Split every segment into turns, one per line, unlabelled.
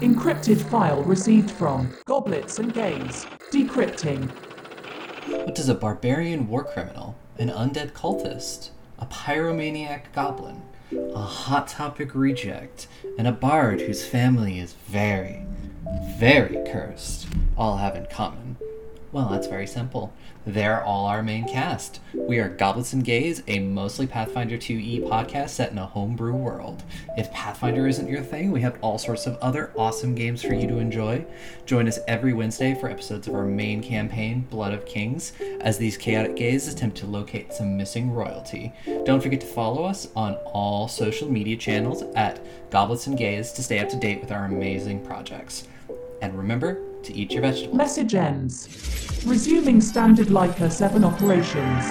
Encrypted file received from Goblets and Gaze. Decrypting.
What does a barbarian war criminal, an undead cultist, a pyromaniac goblin, a hot topic reject, and a bard whose family is very, very cursed all have in common? Well, that's very simple. They're all our main cast. We are Goblets and Gaze, a mostly Pathfinder 2e podcast set in a homebrew world. If Pathfinder isn't your thing, we have all sorts of other awesome games for you to enjoy. Join us every Wednesday for episodes of our main campaign, Blood of Kings, as these chaotic gays attempt to locate some missing royalty. Don't forget to follow us on all social media channels at Goblets and Gaze to stay up to date with our amazing projects. And remember to eat your vegetables.
Message ends. Resuming standard Leica 7 operations.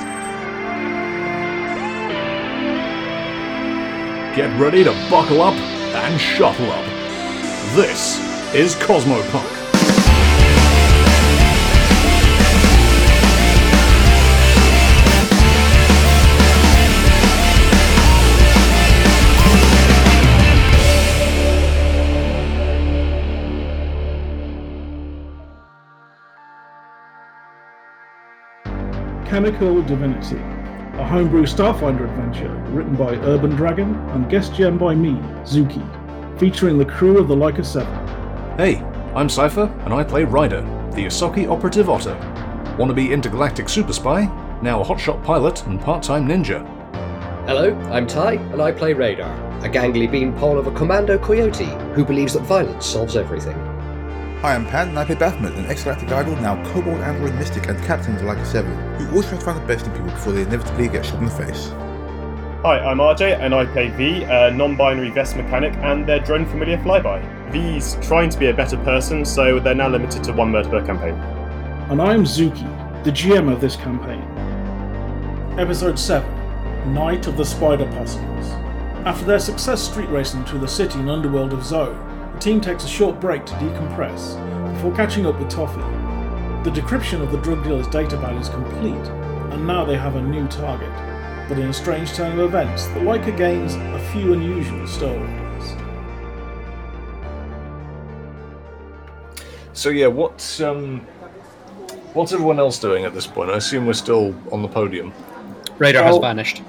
Get ready to buckle up and shuffle up. This is Cosmopunk.
Chemical Divinity, a homebrew Starfinder adventure written by Urban Dragon and guest gem by me, Zuki, featuring the crew of the Leica 7.
Hey, I'm Cypher, and I play Ryder, the Asoki operative otter. Wannabe intergalactic super spy, now a hotshot pilot and part time ninja.
Hello, I'm Ty, and I play Radar, a gangly beanpole of a commando coyote who believes that violence solves everything.
Hi, I'm Pan, and I play Baphomet, an ex-galactic idol, now kobold android mystic and captain of the Leica 7, who always tries to find the best in people before they inevitably get shot in the face.
Hi, I'm RJ, and I play V, a non-binary vest mechanic, and their drone familiar flyby. V's trying to be a better person, so they're now limited to one murder per campaign.
And I'm Zuki, the GM of this campaign. Episode 7 Night of the Spider Possums. After their success street racing through the city and underworld of Zoe, the team takes a short break to decompress before catching up with Toffee. The decryption of the drug dealer's data ban is complete, and now they have a new target. But in a strange turn of events, the Leica gains a few unusual stories.
So, yeah, what's, um, what's everyone else doing at this point? I assume we're still on the podium.
Radar
Oh.
has vanished.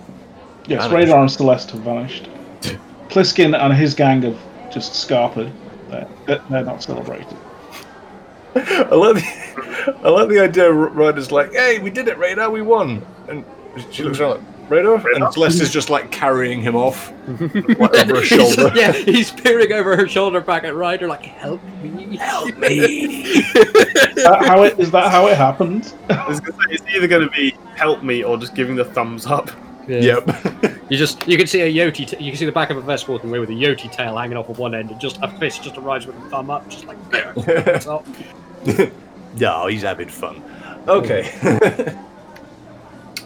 Yes,
Vanished.
Radar and Celeste have vanished. Pliskin and his gang have just scarpered. They're, they're- they're not celebrated.
I like the, I like the idea. R- Ryder's like, "Hey, we did it, Radar. We won." And she looks around like, "Radar," and Celeste is just like carrying him off like, over her shoulder.
yeah, he's peering over her shoulder back at Ryder, like, help me. Help me.
Is that Uh, how it, is that how it happened?
I was gonna say, it's either going to be help me or just giving the thumbs up.
Yep.
You just you can see a Yoti. T- you can see the back of a vest walking away with a Yoti tail hanging off of one end, and just a fist just arrives with a thumb up, just like there. it's up.
no, he's having fun. Okay.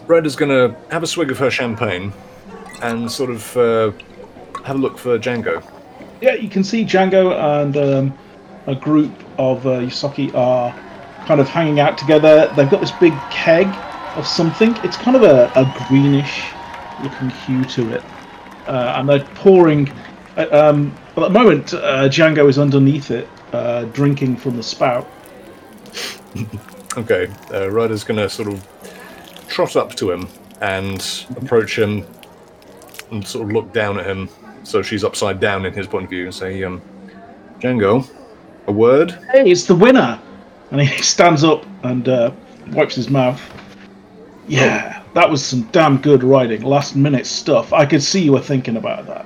Ryder's gonna have a swig of her champagne and sort of uh, have a look for Django.
Yeah, you can see Django and um, a group of uh, Yosaki are kind of hanging out together. They've got this big keg of something. It's kind of a, a greenish looking hue to it. Uh, and they're pouring. uh, Um, but at the moment, uh, Django is underneath it, uh, drinking from the spout.
Okay, uh, Ryder's gonna sort of trot up to him and approach him and sort of look down at him. So she's upside down in his point of view and say, um, Django, a word?
Hey, it's the winner! And he stands up and uh, wipes his mouth. Yeah, that was some damn good riding. Last minute stuff. I could see you were thinking about that.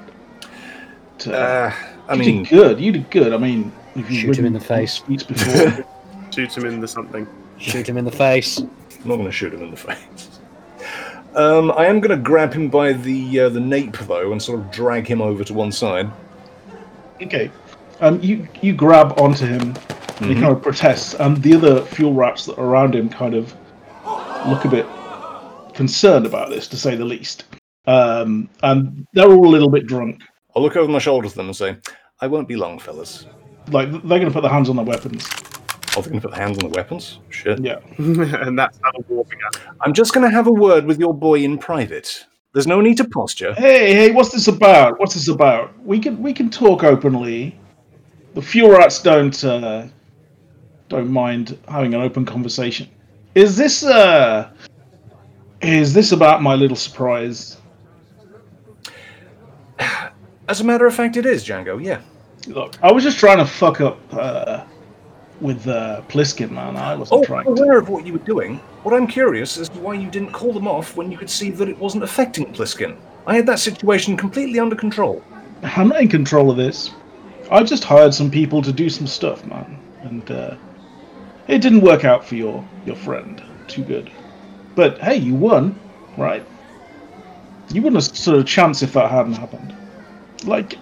But, uh,
Uh, I
you
mean,
did good. You did good. I mean, if you
Shoot him in the face.
Speech before.
Shoot him in the something.
Shoot him in the face.
I'm not gonna shoot him in the face. Um, I am gonna grab him by the uh, the nape though and sort of drag him over to one side.
okay. Um, you you grab onto him. and He
Mm-hmm.
kind of protests, and the other fuel rats that are around him kind of look a bit concerned about this, to say the least. Um, and they're all a little bit drunk.
I'll look over my shoulder to them and say, I won't be long, fellas.
Like they're going to put their hands on their weapons.
Oh, they're gonna put their hands on the weapons? Shit.
Yeah.
and that's how I'm warping up.
I'm just gonna have a word with your boy in private. There's no need to
Eh?
posture.
Hey, hey, what's this about? What's this about? We can we can talk openly. The Furats don't uh, don't mind having an open conversation. Is this uh is this about my little surprise?
As a matter of fact, it is Django. Yeah.
Look, I was just trying to fuck up uh, with uh, Pliskin, man. I wasn't
Oh,
trying to.
aware of what you were doing. What I'm curious is why you didn't call them off when you could see that it wasn't affecting Pliskin. I had that situation completely under control.
I'm not in control of this. I just hired some people to do some stuff, man, and uh, it didn't work out for your your friend too good. But hey, you won, right? You wouldn't have stood a chance if that hadn't happened. Like,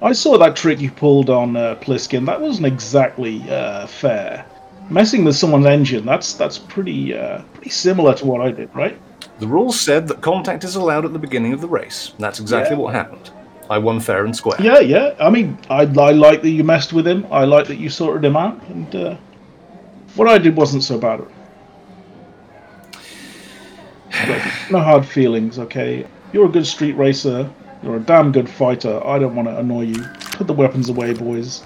I saw that trick you pulled on uh, Pliskin. That wasn't exactly uh, fair. Messing with someone's engine—that's that's pretty uh, pretty similar to what I did, right?
The rules said that contact is allowed at the beginning of the race. That's exactly
Yeah.
what happened. I won fair and square.
Yeah, yeah. I mean, I, I like that you messed with him. I like that you sorted him out. And uh, what I did wasn't so bad. Look, no hard feelings, okay? You're a good street racer. You're a damn good fighter. I don't want to annoy you. Put the weapons away, boys.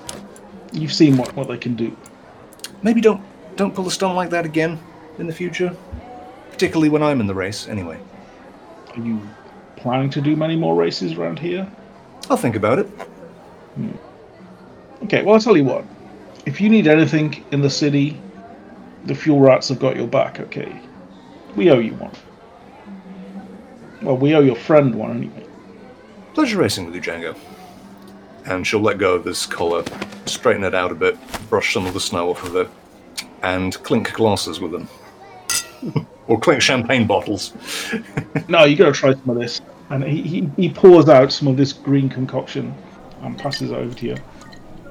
You've seen what, what they can do.
Maybe don't don't pull a stunt like that again in the future. Particularly when I'm in the race, anyway.
Are you planning to do many more races around here?
I'll think about it.
Okay, well, I'll tell you what. If you need anything in the city, the fuel rats have got your back, okay? We owe you one. Well, we owe your friend one anyway.
Pleasure racing with you, Django. And she'll let go of his collar, straighten it out a bit, brush some of the snow off of it, and clink glasses with them. or clink champagne bottles.
No, you gotta try some of this. And he, he, he pours out some of this green concoction and passes it over to you.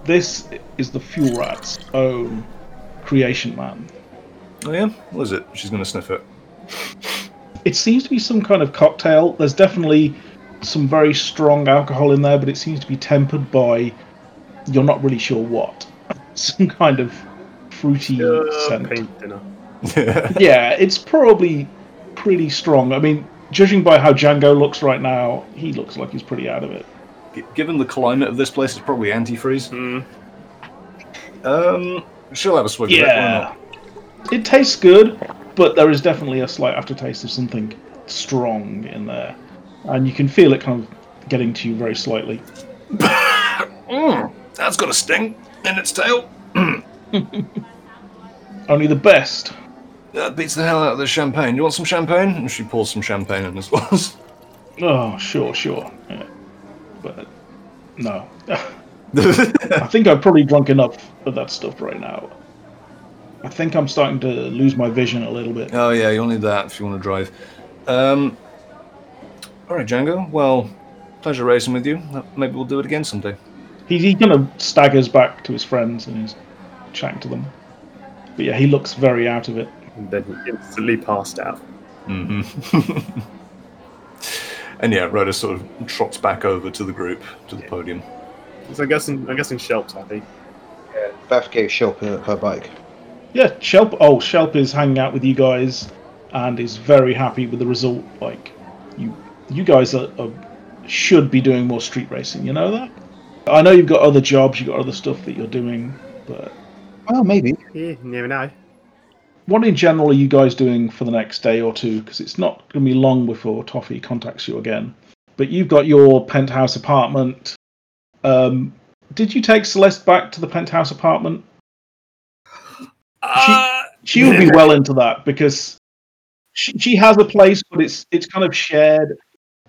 This is the fuel rat's own creation, man.
Oh, yeah? What is it? She's going to sniff it.
It seems to be some kind of cocktail. There's definitely some very strong alcohol in there, but it seems to be tempered by you're not really sure what. Some kind of fruity scent.
Paint dinner.
Yeah, it's probably pretty strong. I mean, judging by how Django looks right now, he looks like he's pretty out of it.
G- Given the climate of this place, it's probably antifreeze. Um, she'll have a swig of it. Why
Yeah.
not?
It tastes good, but there is definitely a slight aftertaste of something strong in there. And you can feel it kind of getting to you very slightly.
That's got a sting in its tail.
Only the best
That beats the hell out of the champagne. You want some champagne? And she pours some champagne in as well.
Oh, sure, sure. Yeah. But no. I think I've probably drunk enough of that stuff right now. I think I'm starting to lose my vision a little bit.
Oh yeah, you'll need that if you want to drive. Um, all right, Django. Well, pleasure racing with you. Uh, Maybe we'll do it again someday.
He, he kind of staggers back to his friends and he's chatting to them. But yeah, he looks very out of it.
And then he instantly passed out.
And yeah, Rhoda sort of trots back over to the group, to the podium.
So I'm guessing, I'm guessing Shelp's happy.
Beth gave Shelp her, her bike.
Yeah, Shelp. Oh, Shelp is hanging out with you guys and is very happy with the result. Like, you you guys are, are should be doing more street racing. You know that. I know you've got other jobs, you've got other stuff that you're doing, but
Well, maybe.
Yeah, you never know.
what in general are you guys doing for the next day or two? Because it's not going to be long before Toffee contacts you again. But you've got your penthouse apartment. Um, did you take Celeste back to the penthouse apartment? She, she would be well into that because she, she has a place, but it's it's kind of shared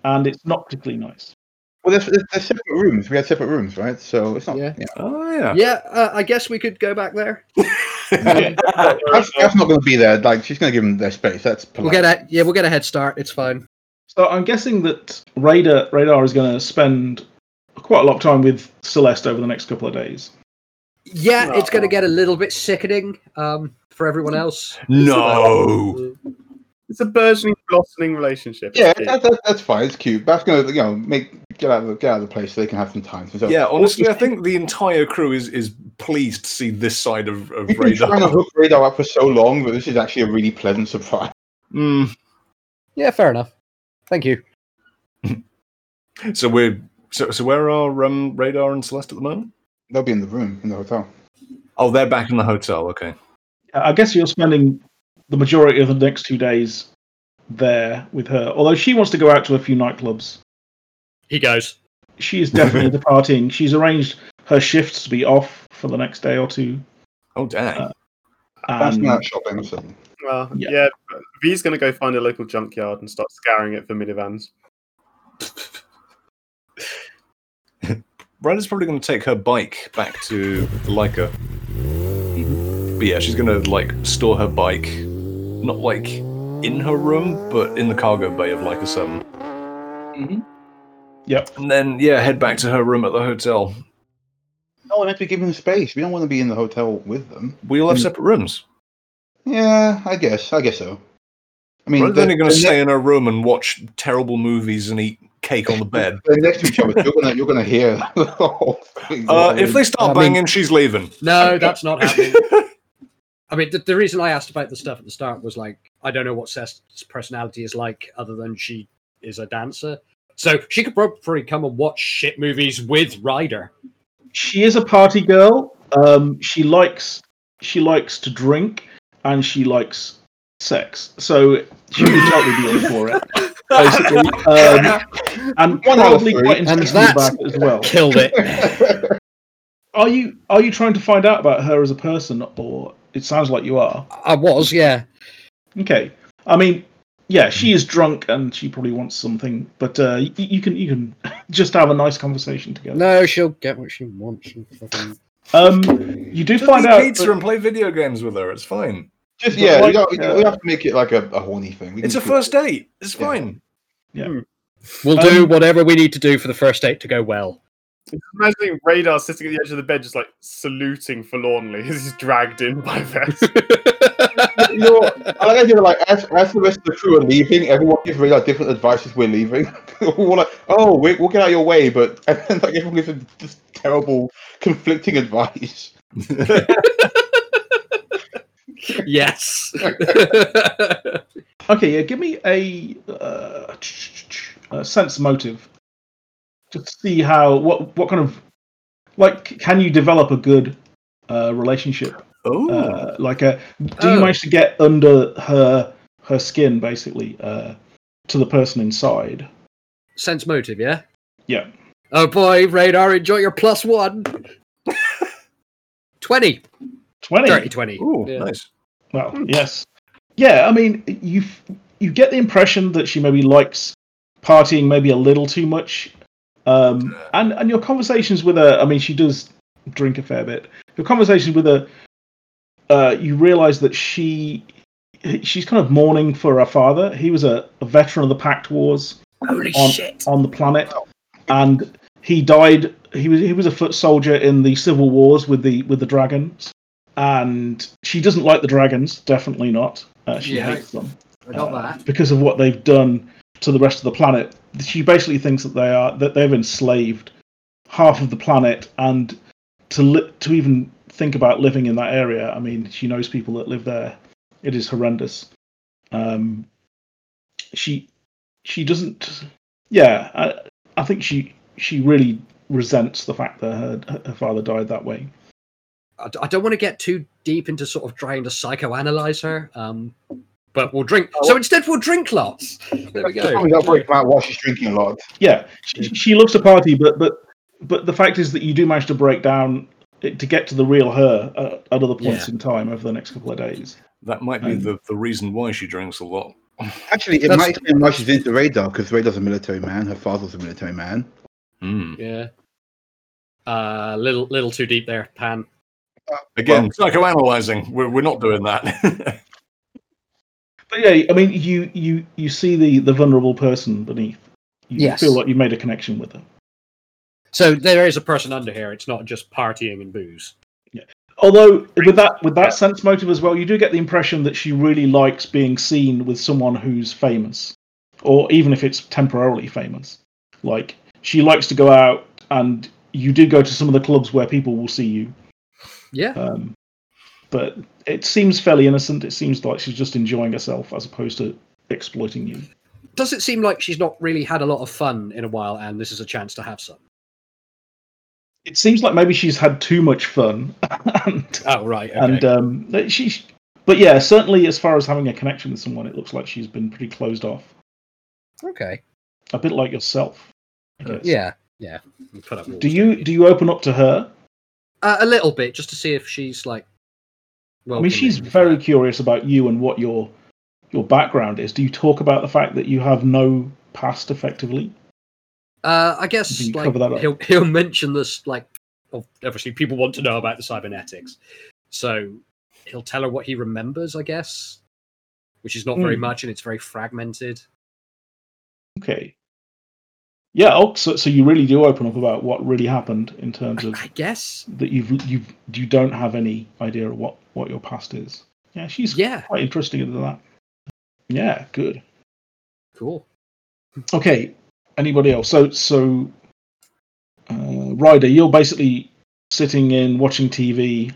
and it's not particularly nice.
Well, there's, there's, there's separate rooms. We had separate rooms, right? So it's not.
Yeah.
Oh yeah.
Yeah, uh, I guess we could go back there.
Yeah.
That's, that's not going to be there. Like she's going to give them their space. That's polite.
We'll get a yeah, we'll get a head start. It's fine.
So I'm guessing that Radar Radar is going to spend quite a lot of time with Celeste over the next couple of days.
Yeah, it's going to get a little bit sickening um, for everyone else.
No.
It's a burgeoning, blossoming relationship.
Yeah,
It's
that, that, that's fine. It's cute. That's going to you know make get out of the, get out of the place so they can have some time. So
Yeah, honestly, I think the entire crew is, is pleased to see this side of, of
We've been trying to
Radar.
hook radar up for so long that this is actually a really pleasant surprise.
Mm.
Yeah, fair enough. Thank you.
So we're so, so where are um, Radar and Celeste at the moment?
They'll be in the room in the hotel.
Oh, they're back in the hotel. Okay.
I guess you're spending the majority of the next two days there with her. Although she wants to go out to a few nightclubs.
He goes.
She is definitely the partying. She's arranged her shifts to be off for the next day or two.
Oh, dang.
Uh,
That's
And
not shopping. So.
Well,
Yeah.
Uh, yeah. V's going to go find a local junkyard and start scouring it for minivans.
Red is probably going to take her bike back to Leica. But yeah, she's going to like store her bike, not like in her room, but in the cargo bay of Leica 7.
Yep.
And then, yeah, head back to her room at the hotel.
No, we meant to be giving them space. We don't want to be in the hotel with them.
We all
Mm.
have separate rooms.
Yeah, I guess. I guess so. I mean,
Red's only going to
ne-
stay in her room and watch terrible movies and eat cake on the bed.
they're next to each other. You're gonna, you're gonna hear. the whole thing.
Uh, if they start
I mean-
banging, she's leaving.
No, that's not happening. I mean, the, the reason I asked about the stuff at the start was like, I don't know what Seth's personality is like other than she is a dancer. So she could probably come and watch shit movies with Ryder.
she is a party girl. Um, she likes she likes to drink and she likes sex. So she would totally be in for it. Basically, um, and
One out of
probably
three,
quite
and
interested
that's-
about it as well.
Killed it.
Are you are you trying to find out about her as a person, or it sounds like you are?
I was, yeah.
Okay, I mean, yeah, she is drunk and she probably wants something, but uh, you, you can you can just have a nice conversation together.
No, she'll get what she wants. and fucking-
Um, you do
Just
find
eat
out.
pizza
that-
and play video games with her. It's fine.
Just
But
yeah,
like,
we, don't, we, don't- we
uh,
have to make it like a, a horny thing. We
It's
can
a
do it.
first date. It's
Yeah.
fine.
We'll do
Um,
whatever we need to do for the first date to go well.
Imagining Radar sitting at the edge of the bed, just like saluting forlornly as he's dragged in by Vest.
You know, I like idea. Like as, as the rest of the crew are leaving, everyone gives really like, different advice as we're leaving. we're like, oh, we, we'll get out of your way, but and then, like everyone gives them just terrible, conflicting advice.
yes.
Okay, yeah, give me a, uh, a sense motive. Just to see how what what kind of like can you develop a good uh, relationship?
Oh,
Uh, like a do you
Oh.
manage to get under her her skin basically uh, to the person inside?
Sense motive, yeah?
Yeah.
Oh boy, Radar, enjoy your plus one.
20.
Twenty.
30, 20.
Ooh,
Yeah.
nice.
Well, yes. Yeah, I mean, you you get the impression that she maybe likes partying maybe a little too much. Um, and and your conversations with her, I mean, she does drink a fair bit. Your conversations with her, uh, you realise that she she's kind of mourning for her father. He was a, a veteran of the Pact Wars
Holy
on,
shit.
on the planet, and he died. He was he was a foot soldier in the civil wars with the with the dragons, and she doesn't like the dragons. Definitely not. Uh, she
Yeah.
hates them
I got
uh,
that.
because of what they've done to the rest of the planet. She basically thinks that they are that they've enslaved half of the planet, and to li- to even think about living in that area, I mean, she knows people that live there. It is horrendous. Um, she she doesn't. Yeah, I, I think she she really resents the fact that her her father died that way.
I d- I don't want to get too deep into sort of trying to psychoanalyze her. Um, but Oh, we'll drink. So instead, we'll drink lots. There we go.
Probably not worry about while she's drinking a lot.
yeah, she, she looks a party, but but but the fact is that you do manage to break down it- to get to the real her uh, at other points in time over the next couple of days.
That might be
Um,
the, the reason why she drinks a lot.
Actually, it
That's-
might explain why she's into Radar because Radar's a military man. Her father's a military man.
Mm.
Yeah. Uh, little, little too deep there, Pan.
Again, psychoanalyzing. We're, we're not doing that.
But yeah, I mean, you you you see the the vulnerable person beneath. You
Yes.
feel like you made a connection with her.
So there is a person under here. It's not just partying and booze.
Although with that with that sense motive as well, you do get the impression that she really likes being seen with someone who's famous, or even if it's temporarily famous. Like she likes to go out, and you do go to some of the clubs where people will see you.
Yeah.
Um, but it seems fairly innocent. It seems like she's just enjoying herself as opposed to exploiting you.
Does it seem like she's not really had a lot of fun in a while, and this is a chance to have some?
it seems like maybe she's had too much fun, and
Oh right. Okay.
and um, that she. But yeah, certainly as far as having a connection with someone, it looks like she's been pretty closed off,
okay.
a bit like yourself. I guess.
Uh, Yeah. Yeah. Put up walls,
Do you do you open up to her?
uh, a little bit just to see if she's like?
I mean, she's very curious about you and what your your background is. Do you talk about the fact that you have no past effectively?
Uh,
Do
I guess
you
like
cover that up?
he'll he'll mention this like ob- obviously people want to know about the cybernetics, so he'll tell her what he remembers, I guess, which is not very
Hmm.
much and it's very fragmented.
Okay. Yeah. Oh, so, so you really do open up about what really happened in terms
I,
of
I guess,
that you've you've you don't have any idea of what what your past is. Yeah, she's
yeah,
quite interested in that. Yeah, good.
cool.
Okay. Anybody else? So so, uh, Ryder, you're basically sitting in watching TV.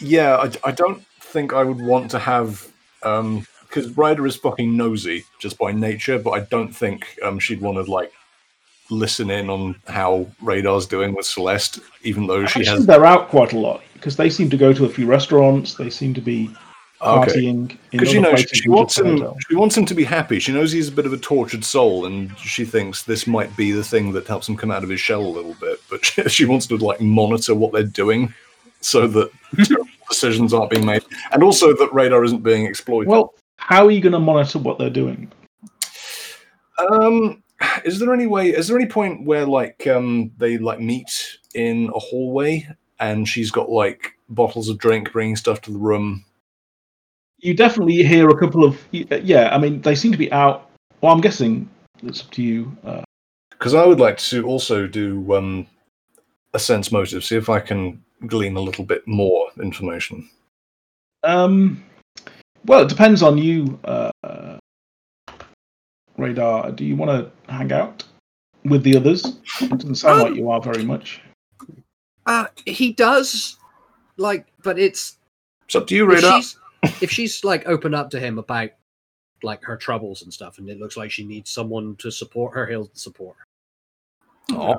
Yeah, I, I don't think I would want to have because Ryder is fucking nosy just by nature, but I don't think um, she'd want to like listen in on how Radar's doing with Celeste, even though she
Actually,
has.
they're out quite a lot because they seem to go to a few restaurants. They seem to be
Okay,
partying. in
because you
other
know she,
places
she
than
wants
just the
him.
hotel.
She wants him to be happy. She knows he's a bit of a tortured soul, and she thinks this might be the thing that helps him come out of his shell a little bit. But she, she wants to like monitor what they're doing, so that terrible decisions aren't being made, and also that Radar isn't being exploited.
Well, how are you going to monitor what they're doing?
Um, is there any way? Is there any point where like um they like meet in a hallway and she's got like bottles of drink, bringing stuff to the room?
You definitely hear a couple of uh, yeah. I mean, they seem to be out. Well, I'm guessing it's up to you. Uh,
Because I would like to also do um a sense motive, see if I can glean a little bit more information.
um, well, it depends on you, uh, Radar. Do you want to hang out with the others? It doesn't sound like you are very much.
Uh, he does like, but it's
It's up to you,
if
Radar.
she's if she's like open up to him about like her troubles and stuff, and it looks like she needs someone to support her, he'll support her.
Aw.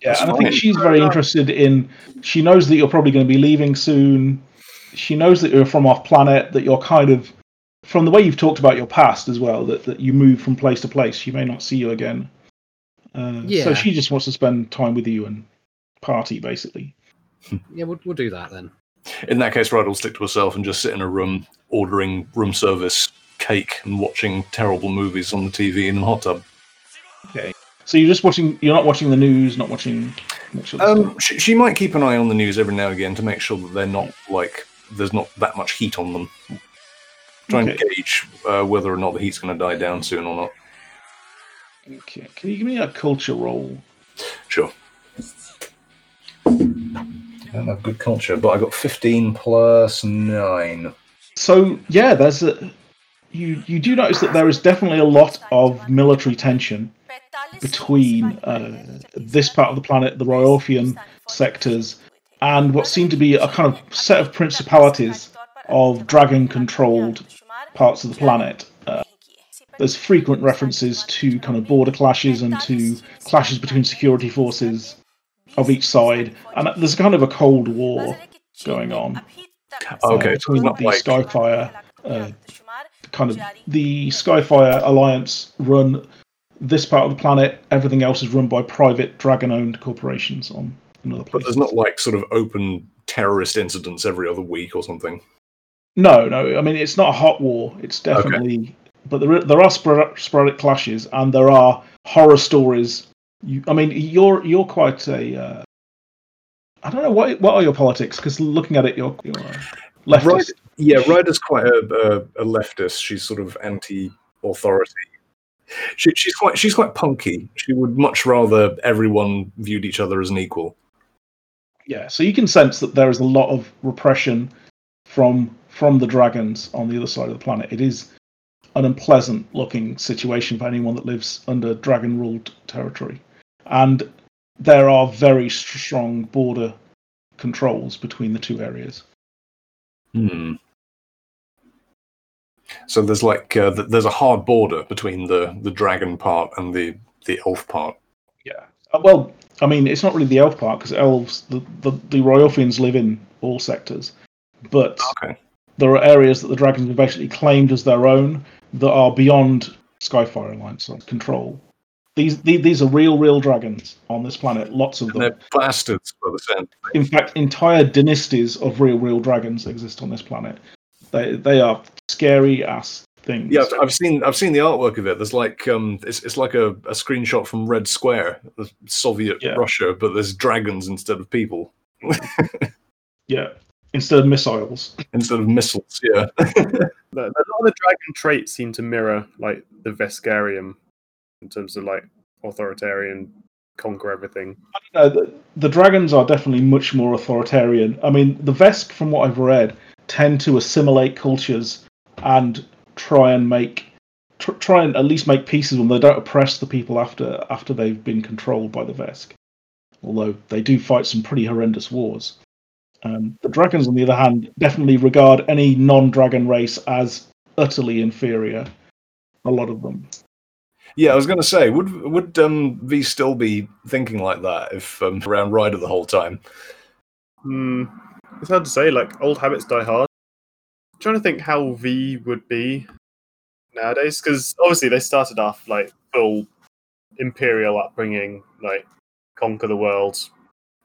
Yeah,
That's
and I
fine.
think she's very interested in. She knows that you're probably going to be leaving soon. She knows that you're from off planet. That you're kind of, from the way you've talked about your past as well, that, that you move from place to place. She may not see you again. Uh,
Yeah.
So she just wants to spend time with you and party, basically.
Yeah, we'll we'll do that then.
In that case, Radar will stick to herself and just sit in a room ordering room service cake and watching terrible movies on the TV in a hot tub.
So you're just watching. You're not watching the news. Not watching. much of the stuff.
Um, she, she might keep an eye on the news every now and again to make sure that they're not like there's not that much heat on them. Try and
Okay.
gauge uh, whether or not the heat's going to die down soon or not.
okay. Can you give me a culture roll?
Sure. I don't have good culture, but I got 15 plus 9.
So yeah, there's a. You you do notice that there is definitely a lot of military tension.
between uh, this part of the planet, the Royalfian sectors,
and
and what seem to be a kind of set of principalities of dragon controlled parts of the planet. Uh,
There's frequent references to kind of border clashes and to clashes between security forces of each side, and there's kind of a cold war
going on.
uh,
Okay, so it's
between
not
the
like-
Skyfire, uh,
kind of the Skyfire Alliance run this part of the planet. Everything else is run by private dragon-owned corporations on another
But
planet.
there's not like sort of open terrorist incidents every other week or something.
No, no. I mean, it's not a hot war. It's definitely, but there are, there are spor- sporadic clashes and there are horror stories. You, I mean, you're you're quite a. Uh, I don't know what what are your politics because looking at it, you're, you're uh, leftist.
Right. Yeah, Ryder's quite a, a, a leftist. She's sort of anti-authority. She, she's quite she's quite punky. She would much rather everyone viewed each other as an equal.
Yeah, so you can sense that there is a lot of repression from from the dragons on the other side of the planet. It is an unpleasant looking situation for anyone that lives under dragon ruled territory, and there are very str- strong border controls between the two areas.
Hmm. So there's like uh, th- there's a hard border between the the dragon part and the the elf part.
Yeah. Uh, well, I mean, it's not really the elf part because elves, the, the, the Royalfians live in all sectors. But there are areas that the dragons have basically claimed as their own that are beyond Skyfire Alliance like, control. These, these these are real, real dragons on this planet. Lots of them.
They're bastards by the sound. of
In fact, entire dynasties of real, real dragons exist on this planet. They they are scary ass
it.
things.
Yeah, I've- I've seen I've seen the artwork of it. There's like um, it's, it's like a, a screenshot from Red Square, the Soviet Russia, but there's dragons instead of people,
yeah. Instead of missiles.
instead of missiles. Yeah,
a lot of the dragon traits seem to mirror like the Vescarium in terms of like authoritarian conquer everything.
No, the, the dragons are definitely much more authoritarian. I mean, the Vesk, from what I've read, tend to assimilate cultures and try and make tr- try and at least make peace with them. They don't oppress the people after after they've been controlled by the Vesk. Although they do fight some pretty horrendous wars. Um, the dragons, on the other hand, definitely regard any non-dragon race as utterly inferior. A lot of them.
yeah. I was gonna say, would would um, V still be thinking like that if um, around Ryder the whole time?
Hmm. It's hard to say. Like old habits die hard. I'm trying to think how V would be nowadays because obviously they started off like full imperial upbringing, like conquer the world,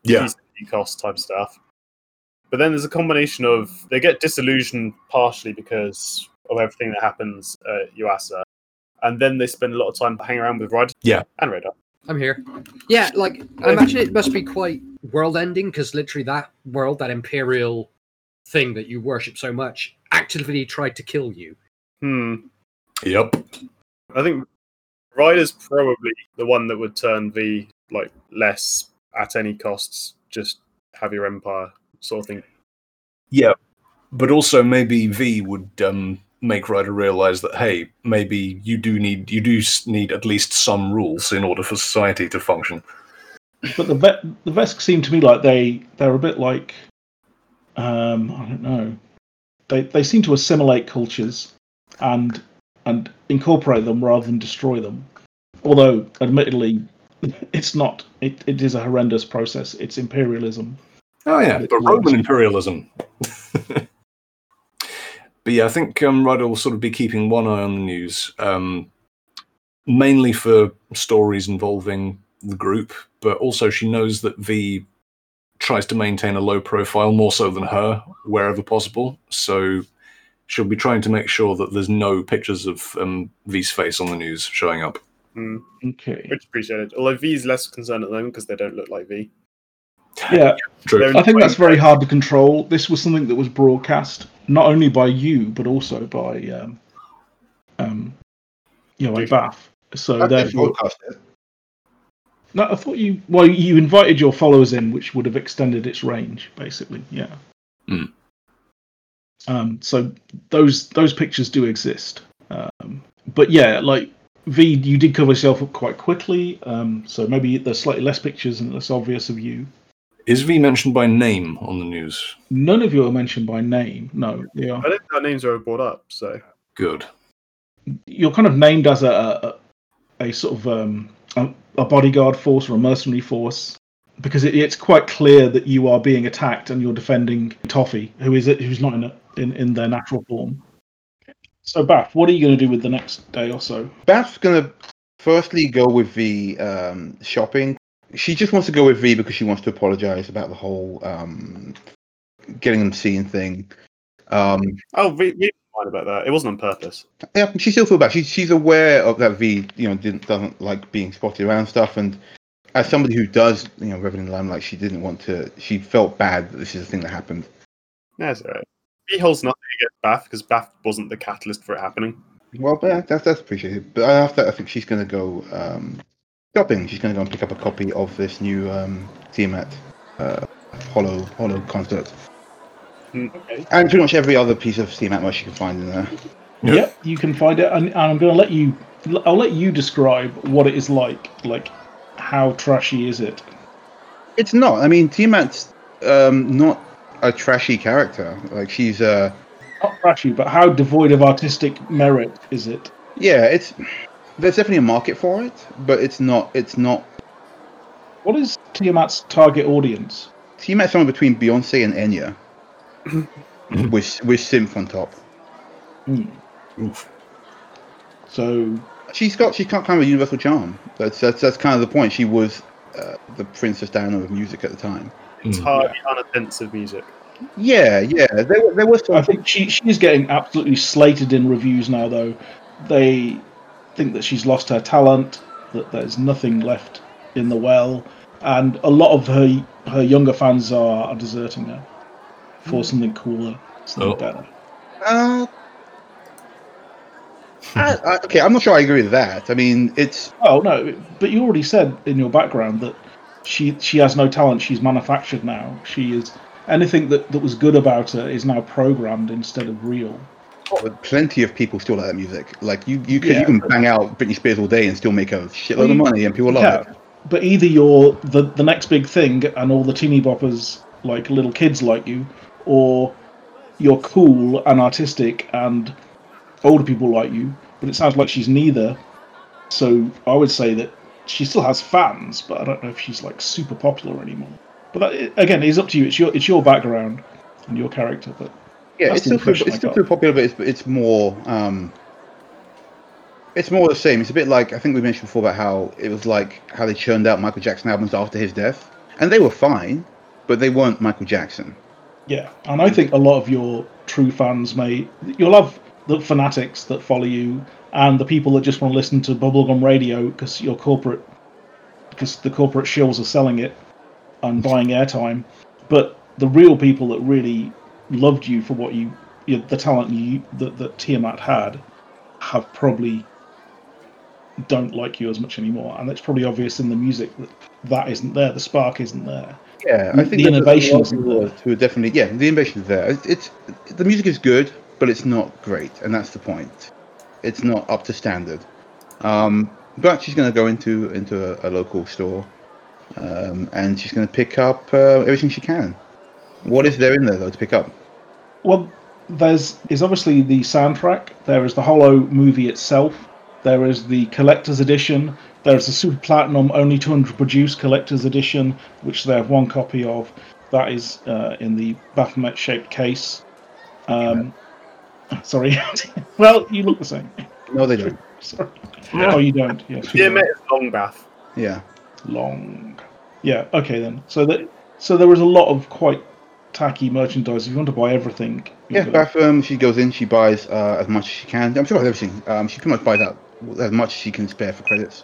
Yeah.
GCP cost type stuff. But then there's a combination of they get disillusioned partially because of everything that happens at Uasa, and then they spend a lot of time hanging around with Ryder
Yeah.
and Radar.
I'm here. Yeah, like I imagine it must be quite world-ending because literally that world, that imperial thing that you worship so much, actively tried to kill you.
Hmm.
Yep.
I think Ryder's probably the one that would turn V like less at any costs, just have your empire sort of thing.
Yeah, but also maybe V would um, make Ryder realize that hey, maybe you do need you do s- need at least some rules in order for society to function.
But the Ve- the Vesk seem to me like they they're a bit like um, I don't know. They they seem to assimilate cultures and and incorporate them rather than destroy them. Although, admittedly, it's not. It, it is a horrendous process. It's imperialism.
Oh yeah, but Roman imperialism. but yeah, I think um, Ryder will sort of be keeping one eye on the news, um, mainly for stories involving the group, but also she knows that V tries to maintain a low profile more so than her wherever possible. So she'll be trying to make sure that there's no pictures of um, V's face on the news showing up.
Hmm.
Okay.
Which appreciated. Although V's less concerned at them because they don't look like V.
Yeah,
True.
I think that's very hard to control. This was something that was broadcast not only by you but also by um, um, you know, by Bath. So
That
therefore,
broadcast it.
No, I thought you. Well, you invited your followers in, which would have extended its range, basically. Yeah.
Hmm.
Um. So those those pictures do exist. Um. But yeah, like V, you did cover yourself up quite quickly. Um. So maybe there's slightly less pictures and less obvious of you.
Is V mentioned by name on the news?
None of you are mentioned by name. No, they
I
are.
don't think our names are ever brought up, so
Good.
You're kind of named as a a, a sort of um a, a bodyguard force or a mercenary force. because it, it's quite clear that you are being attacked and you're defending Toffee, who is who's not in a, in, in their natural form. So, Bath, what are you going to do with the next day or so?
Bath's gonna firstly go with the um, shopping. She just wants to go with V because she wants to apologize about the whole um, getting them seen thing. Um,
Oh V V mind about that. It wasn't on purpose.
yeah, she still feels bad. She, she's aware of that V, you know, didn't doesn't like being spotted around stuff, and as somebody who does, you know, Reverend Lamb, like she didn't want to. She felt bad that this is a thing that happened.
Yeah, it's alright. V holds nothing against Bath because Bath wasn't the catalyst for it happening.
Well, but yeah, that's that's appreciated. But after that, I think she's going to go um, shopping. She's going to go and pick up a copy of this new um, Tiamat uh, Hollow Hollow concert,
okay.
and pretty much every other piece of Tiamat merch you can find in there.
Yep, you can find it, and, and I'm going to let you. I'll let you describe what it is like. Like, how trashy is it?
It's not. I mean, Tiamat's um, not a trashy character. Like she's uh,
Not trashy, but how devoid of artistic merit is it?
yeah. It's there's definitely a market for it, but it's not. It's not
What is Tiamat's target audience?
So you met someone between Beyonce and Enya, with with synth on top.
Oof.
So
she's got she's got kind of a universal charm. That's that's, that's kind of the point. She was uh, the princess Diana of music at the time.
It's hardly unoffensive music.
Yeah, yeah. There, there was.
I think she she's getting absolutely slated in reviews now. Though they think that she's lost her talent, that there's nothing left in the well, and a lot of her her younger fans are, are deserting her for something cooler, something
Oh.
better.
Uh, I, I, okay, I'm not sure I agree with that. I mean, it's
Oh no, but you already said in your background that she she has no talent. She's manufactured now. She is anything that, that was good about her is now programmed instead of real.
plenty of people still like that music. Like you, you can
Yeah.
you can bang out Britney Spears all day and still make a
Well,
shitload
you-
of money, and people love it.
but either you're the the next big thing, and all the teeny boppers like little kids like you, or you're cool and artistic, and older people like you. But it sounds like she's neither. So I would say that she still has fans, but I don't know if she's like super popular anymore. But that, i- again, it's up to you. It's your it's your background and your character. But
Yeah,
that's the
it's still, pretty,
impression
it's
I
still
got.
pretty popular, but it's, but it's more um, it's more the same. It's a bit like I think we mentioned before about how it was like how they churned out Michael Jackson albums after his death, and they were fine, but they weren't Michael Jackson.
Yeah, and I think a lot of your true fans may you'll have the fanatics that follow you and the people that just want to listen to bubblegum radio because your corporate because the corporate shills are selling it and buying airtime, but the real people that really loved you for what you, you the talent you that, that Tiamat had have probably don't like you as much anymore, and it's probably obvious in the music that that isn't there, the spark isn't there.
Yeah, I
The
think there's a
innovation
lot of
isn't
people
there.
Who are definitely yeah, the innovation is there. It's, it's the music is good, but it's not great, and that's the point. It's not up to standard. Um, but she's going to go into into a, a local store, um, and she's going to pick up uh, everything she can. What is there in there though to pick up?
Well, there's is obviously the soundtrack. There is the Hollow movie itself. There is the collector's edition. There is the super platinum only 200 produced collector's edition, which they have one copy of. That is uh, in the Baphomet shaped case. Um, Sorry. well, you look the same.
No, they don't.
Sorry. Oh, you don't. Yes. you
Yeah,
do.
mate, it's long bath.
Yeah.
long. Yeah, okay then. So that so there was a lot of quite tacky merchandise. If you want to buy everything, you're gonna-
Yeah, Beth, um, she goes in, she buys uh, as much as she can. I'm sure about everything. Um, she pretty much buys out as much as she can spare for credits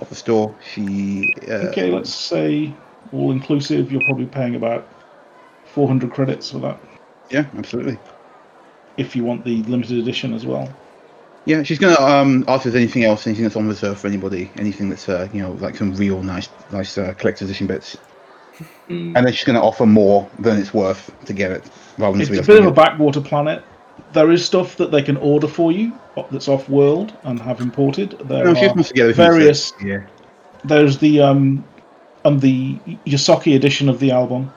off the store. She uh,
Okay, let's say all inclusive, you're probably paying about 400 credits for that
yeah, absolutely.
if you want the limited edition as well.
Yeah, she's gonna um, ask if there's anything else, anything that's on reserve for anybody, anything that's uh, you know like some real nice, nice uh, collector's edition bits,
Hmm.
and then she's gonna offer more than it's worth to get it, rather than
It's a
somebody else
bit of
getting
a backwater planet. There is stuff that they can order for you o- that's off world and have imported. There
it. No, she just wants to get
are
everything
various.
that's there. Yeah.
There's the um, and the Yosaki edition of the album,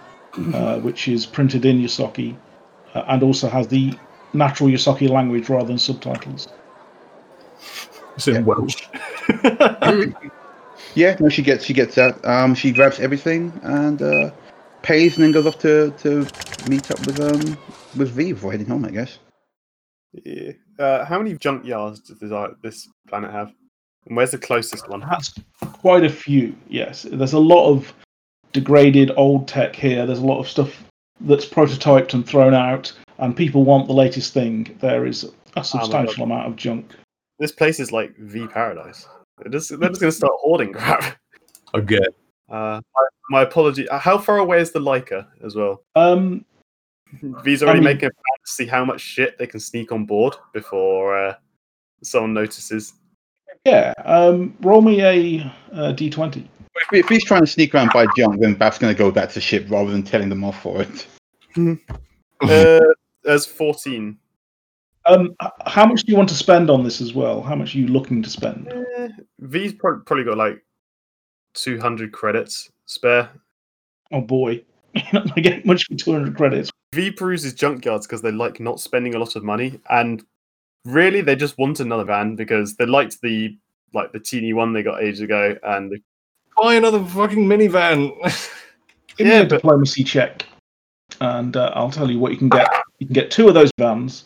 uh, which is printed in Yosaki, uh, and also has the natural Yosaki language rather than subtitles.
It's in Welsh.
Yeah, no, she gets she gets that. Um, she grabs everything and uh, pays, and then goes off to, to meet up with um with V before heading home, I guess.
Yeah. Uh, how many junkyards does this, uh, this planet have? And where's the closest one?
That's quite a few, yes. There's a lot of degraded old tech here. There's a lot of stuff that's prototyped and thrown out, and people want the latest thing. There is a substantial amount of junk.
This place is like V paradise. They're just, they're just going to start hoarding crap.
Again.
Uh, my, my apology. uh, How far away is the Leica as well?
Um,
V's
I
already
mean-
making a plan to see how much shit they can sneak on board before uh, someone notices.
yeah, um, roll me a uh, d20.
If, if he's trying to sneak around by junk, then Bath's going to go back to ship rather than telling them off for it.
Uh, there's 14.
Um, h- how much do you want to spend on this as well? How much are you looking to spend?
Eh, V's pro- probably got like 200 credits spare.
Oh boy, you're not going to get much for 200 credits.
V peruses junkyards because they like not spending a lot of money, and really they just want another van because they liked the like the teeny one they got ages ago, and they
buy another fucking minivan.
Give me a diplomacy check, and uh, I'll tell you what you can get. You can get two of those vans,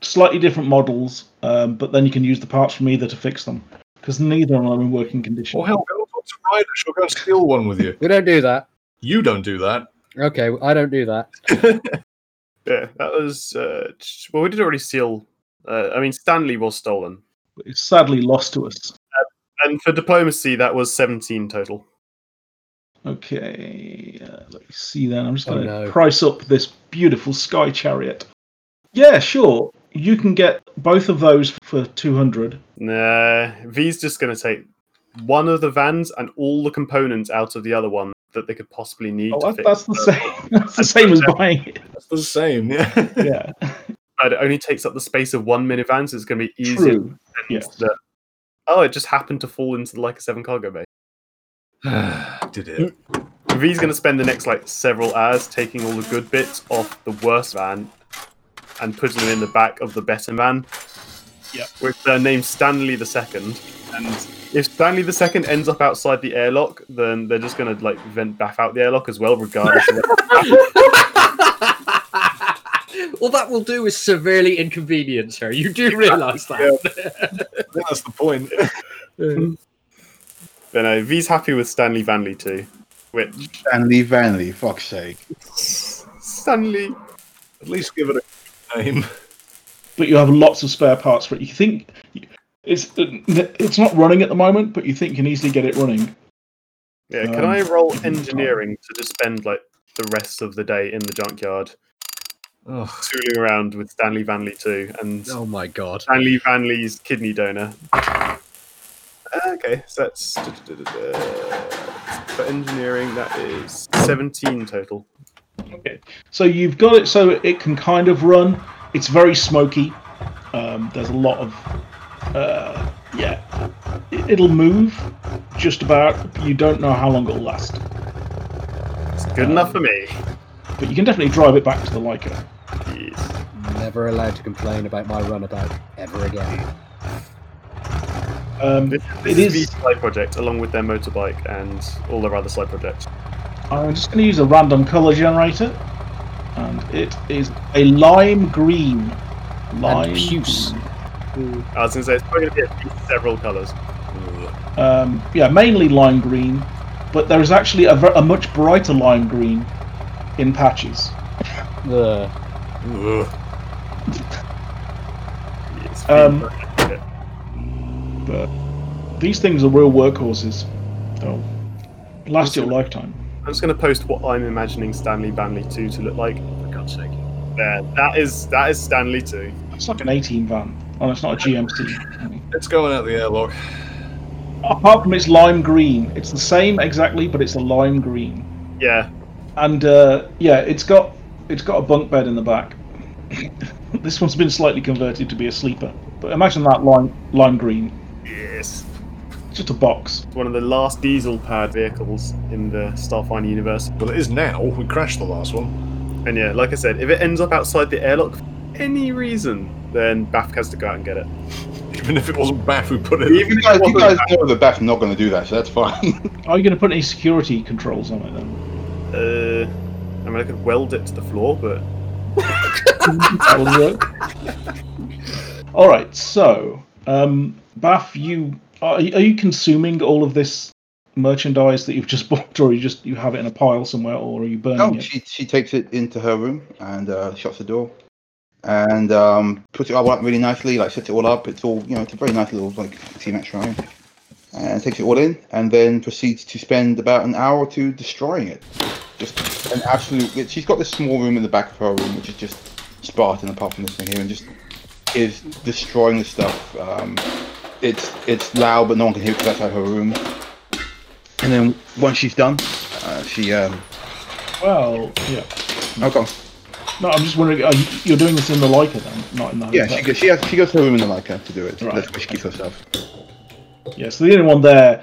slightly different models, um, but then you can use the parts from either to fix them because neither of them are in working condition.
Well, hell, go and talk to Ryder. She'll go and steal one with you.
We don't do that.
You don't do that.
Okay, I don't do that.
Yeah, that was. Uh, ch- well, we did already steal. Uh, I mean, Stanley was stolen.
It's sadly lost to us.
And for diplomacy, that was 17 total.
Okay, uh, let me see then. I'm just
Oh,
going to
no.
price up this beautiful sky chariot. Yeah, sure. You can get both of those for 200.
Nah, V's just going to take one of the vans and all the components out of the other one that they could possibly need
Oh,
to Uh,
that,
fix.
that's the same. That's the same as buying it.
That's the same, yeah.
Yeah.
But it only takes up the space of one minivan, so it's going to be easier.
True.
than the- oh, it just happened to fall into the Leica 7 cargo bay.
Did it?
V's going to spend the next like several hours taking all the good bits off the worst van and putting them in the back of the better van.
Yep.
With their name Stanley the Second. And if Stanley the Second ends up outside the airlock, then they're just going to like vent back out the airlock as well, regardless. of
All that will do is severely inconvenience her. You do realise that.
That's the point.
But no, V's happy with Stanley Vanley too. Which
Stanley Vanley, fuck's sake.
Stanley.
At least give it a name.
But you have lots of spare parts for it. You think it's it's not running at the moment, but you think you can easily get it running.
Yeah, can
Um,
I roll engineering to just spend like the rest of the day in the junkyard, tooling around with Stanley Vanley too, and
oh my god,
Stanley Vanley's kidney donor. Uh, Okay, so that's for engineering. That is seventeen total.
Okay. So you've got it so it can kind of run. It's very smoky. Um, there's a lot of, uh, yeah, it, it'll move just about. but You don't know how long it'll last,
It's good enough for me.
but you can definitely drive it back to the Leica.
Never allowed to complain about my runabout ever again.
Um,
this
it
this is
is.
V's side project, along with their motorbike and all their other side projects.
I'm just going to use a random color generator, and it is a lime green. Lime
puce.
I was going to say it's probably going to be at least several colours.
um, yeah, mainly lime green, but there is actually a, ver- a much brighter lime green in patches.
The
Um, but these things are real workhorses. They'll last your lifetime.
I'm just going to post what I'm imagining Stanley Vanley two to look like.
For God's sake.
There, that is that is Stanley two.
It's like an 18 van. Oh, it's not a GMC.
It's going out the airlock.
Apart from it's lime green, it's the same exactly, but it's a lime green.
Yeah,
And uh, yeah, it's got it's got a bunk bed in the back. this one's been slightly converted to be a sleeper, but imagine that lime lime green,
yes.
just a box.
It's one of the last diesel powered vehicles in the Starfinder universe.
Well, it is now. We crashed the last one.
And yeah, like I said, if it ends up outside the airlock for any reason, then Bafk has to go out and get it.
Even if it wasn't Baff who put it.
You guys, you guys know that Baff's not going to do that, so that's fine.
Are you going to put any security controls on it then?
Uh, I mean, I could weld it to the floor, but
That would work. All right, so um, Baff, you are, are you consuming all of this merchandise that you've just bought, or you just you have it in a pile somewhere, or are you burning
no,
it?
Oh, she, she takes it into her room and uh, shuts the door and um, puts it all up really nicely, like sets it all up. It's all, you know, it's a very nice little like T-Max shrine. And takes it all in and then proceeds to spend about an hour or two destroying it. Just an absolute. She's got this small room in the back of her room, which is just Spartan apart from this thing here, and just is destroying the stuff. Um, it's it's loud, but no one can hear it 'cause that's outside her room. And then once she's done, uh, she um,
Well, yeah.
oh, go on.
No, I'm just wondering. Are you, you're doing this in the Leica then, not in the
Yeah,
hotel?
she goes, she, has, she goes to her room in the Leica to do it.
Right.
That's where she keeps her stuff.
Yeah, so the only one there.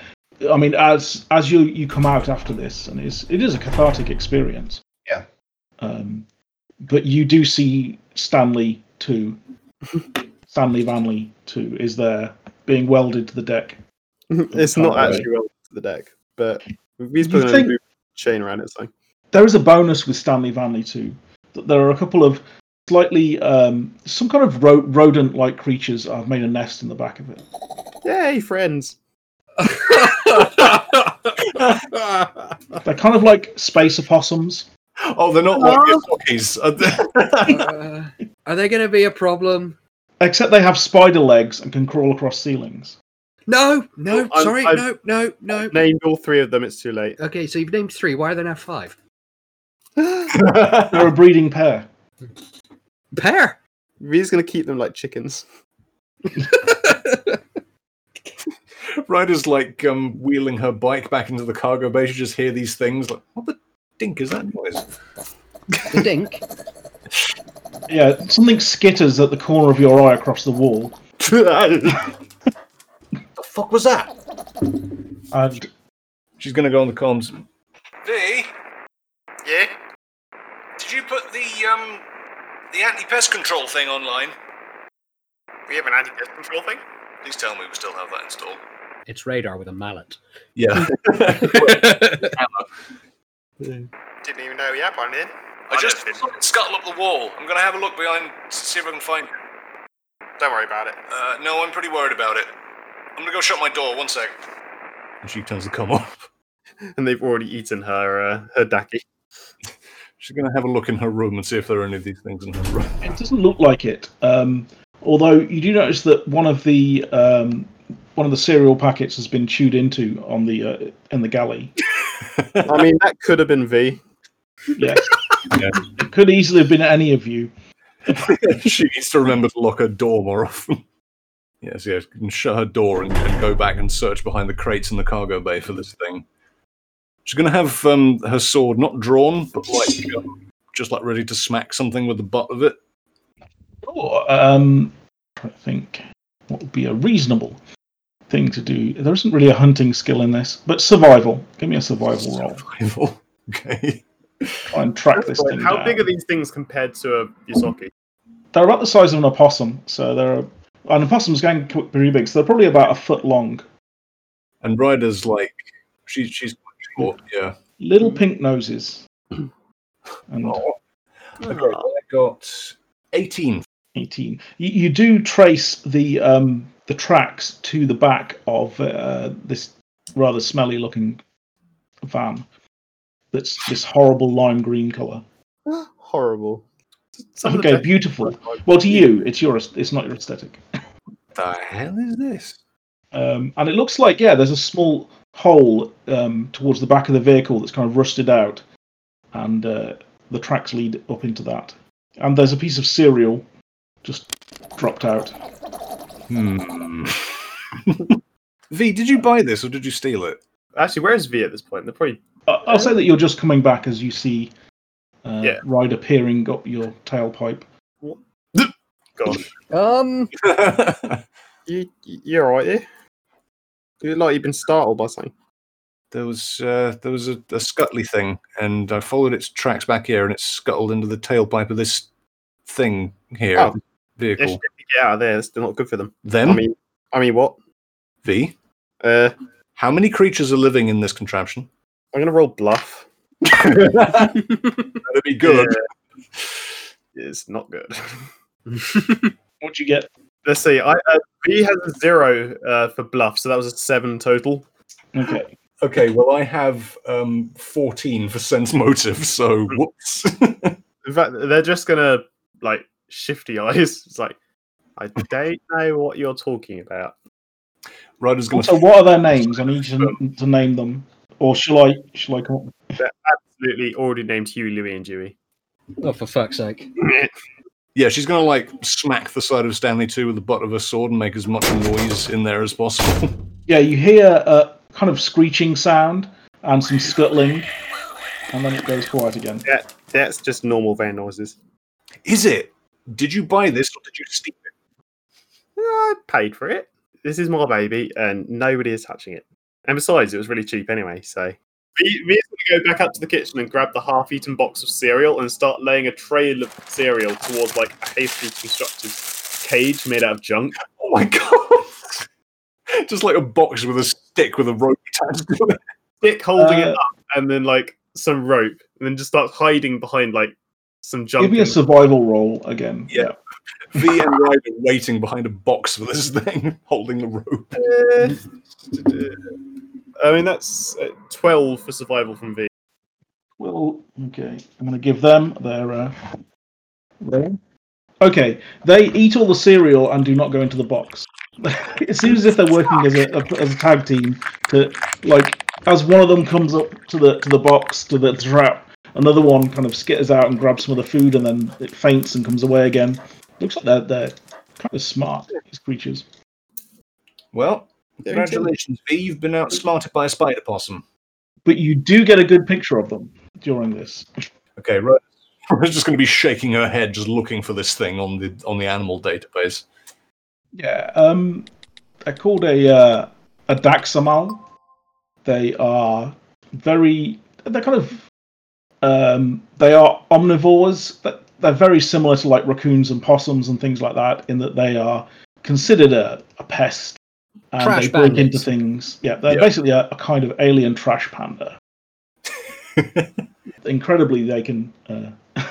I mean, as as you you come out after this, and it's it is a cathartic experience.
Yeah.
Um, but you do see Stanley too. Stanley Vanley too is there being welded to the deck.
it's
Oh,
not
right.
actually welded to the deck. but he's
You
putting
think-
a new chain around it. So
There is a bonus with Stanley Vanley too. that There are a couple of slightly um, some kind of ro- rodent-like creatures have made a nest in the back of it.
yay, friends!
They're kind of like space opossums.
Oh, they're not walkies.
Uh, Are they going to be a problem?
Except they have spider legs and can crawl across ceilings.
No, no,
I've-
sorry,
I've-
no, no, no.
Named all three of them. It's too late.
Okay, so you've named three. Why are there now five?
They're a breeding pair.
Pair.
He's gonna keep them like chickens.
Ryder's like um, wheeling her bike back into the cargo bay. You just hear these things like, what the dink is that noise?
The dink.
Yeah, something skitters at the corner of your eye across the wall,
the fuck was that?
and
She's gonna go on the comms. V. Yeah. Did you put the um the anti-pest control thing online?
We have an anti-pest control thing.
Please tell me we still have that installed.
It's radar with a mallet.
Yeah.
Didn't even know we had one in.
I just scuttle up the wall. I'm gonna have a look behind to see if I can find it.
Don't worry about it.
Uh, no, I'm pretty worried about it. I'm gonna go shut my door. One sec. And she turns the comm off.
And they've already eaten her uh, her daki.
She's gonna have a look in her room and see if there are any of these things in her room.
it doesn't look like it. Um, although you do notice that one of the um, one of the cereal packets has been chewed into on the uh, in the galley.
I mean, that could have been V.
Yes, it could easily have been any of you.
she needs to remember to lock her door more often. Yes, yes, and shut her door and, and go back and search behind the crates in the cargo bay for this thing. She's going to have um, her sword not drawn, but like um, just like ready to smack something with the butt of it.
Oh, um, I think what would be a reasonable thing to do. There isn't really a hunting skill in this, but survival. Give me a survival roll.
Survival. Okay.
Try and track this thing
How
down.
big are these things compared to uh, a Yusaki?
They're about the size of an opossum, so they're an opossum's going qu- pretty big, so they're probably about a foot long.
And Ryder's like, she's she's quite short. Yeah.
Little pink noses. And
Oh. Okay, I got eighteen.
18. You, you do trace the um, the tracks to the back of uh, this rather smelly looking van. That's this horrible lime green color.
Horrible. Some of the
Okay,
best-
beautiful. Well, to you, it's your it's not your aesthetic.
The hell is this?
Um, and it looks like yeah, there's a small hole um, towards the back of the vehicle that's kind of rusted out, and uh, the tracks lead up into that. And there's a piece of cereal just dropped out.
Hmm. v, did you buy this or did you steal it?
Actually, where is V at this point? They're probably
I- I'll say that you're just coming back as you see uh,
Yeah.
Ryder peering up your tailpipe.
gone.
Um,
you, you're all right here. You look like you've been startled by something.
there was uh, there was a, a scuttly thing, and I followed its tracks back here, and it scuttled into the tailpipe of this thing here,
Oh.
this
They
vehicle.
should get out of there. It's still not good for them.
Them
I mean, I mean, what?
V.
Uh,
How many creatures are living in this contraption?
I'm gonna roll bluff.
That'd be good.
It's not good.
What'd you get?
Let's see. I uh, B has a zero uh, for bluff, so that was a seven total.
Okay.
Okay, well I have um, fourteen for sense motive, so whoops.
In fact, they're just gonna like shifty eyes. It's like I don't know what you're talking about.
Ryder's gonna.
So what are their names? I need you to, to name them, or shall I? Shall I come? Up?
They're absolutely already named Huey, Louie, and Dewey.
oh, for fuck's sake.
Yeah, she's gonna like smack the side of Stanley too with the butt of her sword and make as much noise in there as possible.
Yeah, you hear a kind of screeching sound and some scuttling, and then it goes quiet again.
That that's just normal van noises.
Is it? Did you buy this or did you steal it?
I paid for it. This is my baby, and nobody is touching it. And besides, it was really cheap anyway. So we we just gonna go back up to the kitchen and grab the half-eaten box of cereal and start laying a trail of cereal towards like a hastily constructed cage made out of junk.
Oh my god! Just like a box with a stick with a rope attached to it.
stick holding
Uh,
it up, and then like some rope, and then just start hiding behind like some
Give
junk.
me a survival roll again.
Yeah. V and Ryder waiting behind a box for this thing, holding the rope.
I mean, that's uh, twelve for survival from V.
Well, okay. I'm going to give them their. Uh... their- Okay, they eat all the cereal and do not go into the box. it seems as if they're working as a, a as a tag team to like as one of them comes up to the to the box to the trap, another one kind of skitters out and grabs some of the food and then it faints and comes away again. Looks like they're they're kind of smart these creatures.
Well, congratulations, V. You've been outsmarted by a spider possum.
But you do get a good picture of them during this.
Okay, right. We're just going to be shaking her head, just looking for this thing on the on the animal database.
Yeah, um, they're called a uh, a Daxamal. They are very. They're kind of. Um, they are omnivores. but They're very similar to like raccoons and possums and things like that in that they are considered a, a pest. And
Trash
they break into
bandits.
things. Yeah, they're
Yeah.
basically a, a kind of alien trash panda. Incredibly, they can uh,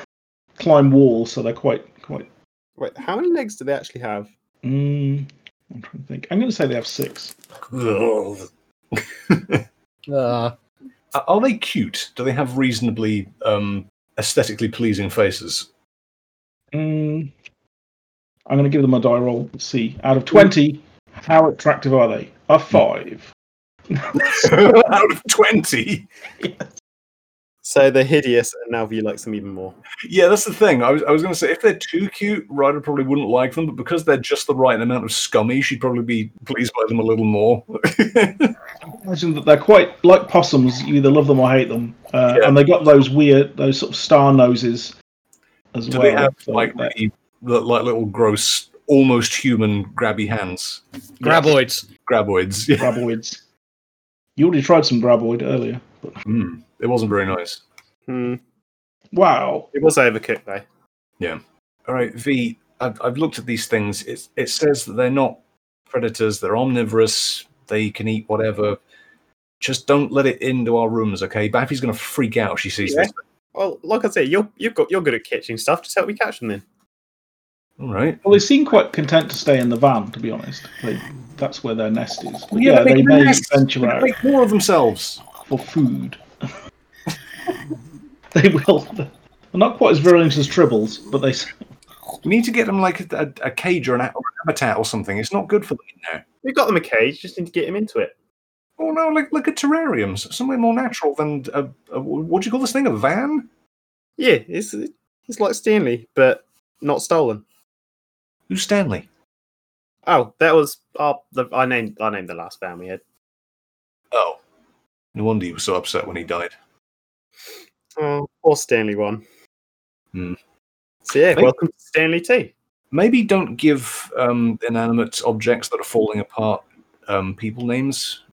climb walls, so they're quite quite.
Wait, how many legs do they actually have?
Mm, I'm trying to think. I'm going to say they have six.
Uh, Are they cute? Do they have reasonably um, aesthetically pleasing faces?
Mm, I'm going to give them a die roll. Let's see. Out of 20, how attractive are they? A five.
Out of 20?
So they're hideous, and now V likes them even more.
Yeah, that's the thing. I was, I was going to say, if they're too cute, Ryder probably wouldn't like them, but because they're just the right amount of scummy, she'd probably be pleased by them a little more.
Imagine that they're quite like possums. You either love them or hate them. Uh, And they got those weird, those sort of star noses as
Do
well. uh,
they have like really, li- like little gross, almost human grabby hands?
Graboids.
Graboids. yeah.
Graboids. You already tried some graboid earlier.
Hmm. It wasn't very nice.
Hmm.
Wow.
It was overkick though.
Yeah. All right, V. I've, I've looked at these things. It it says that they're not predators. They're omnivorous. They can eat whatever. Just don't let it into our rooms, okay? Baffy's gonna freak out. if She sees
Yeah.
this.
Well, like I say, you're you've got you're good at catching stuff. Just help me catch them then.
All right.
Well, they seem quite content to stay in the van, to be honest. They, that's where their nest is. But
Yeah,
yeah,
they
they
make
may
nests. They
venture out.
make more of themselves
for food. they will. They're not quite as virulent as tribbles, but they. s-
We need to get them like a, a, a cage or an, a- or an habitat or something. It's not good for them in there.
We've got them a cage. Just need to get him into it.
Oh no! Like look at terrariums. Somewhere more natural than a, a what do you call this thing? A van?
Yeah, it's it's like Stanley, but not stolen.
Who's Stanley?
Oh, that was our the, I named I named the last van we had.
Oh, no wonder he was so upset when he died.
Oh, or Stanley one.
Hmm.
So yeah,
Maybe-
welcome to Stanley T.
Maybe don't give um, inanimate objects that are falling apart um, people names.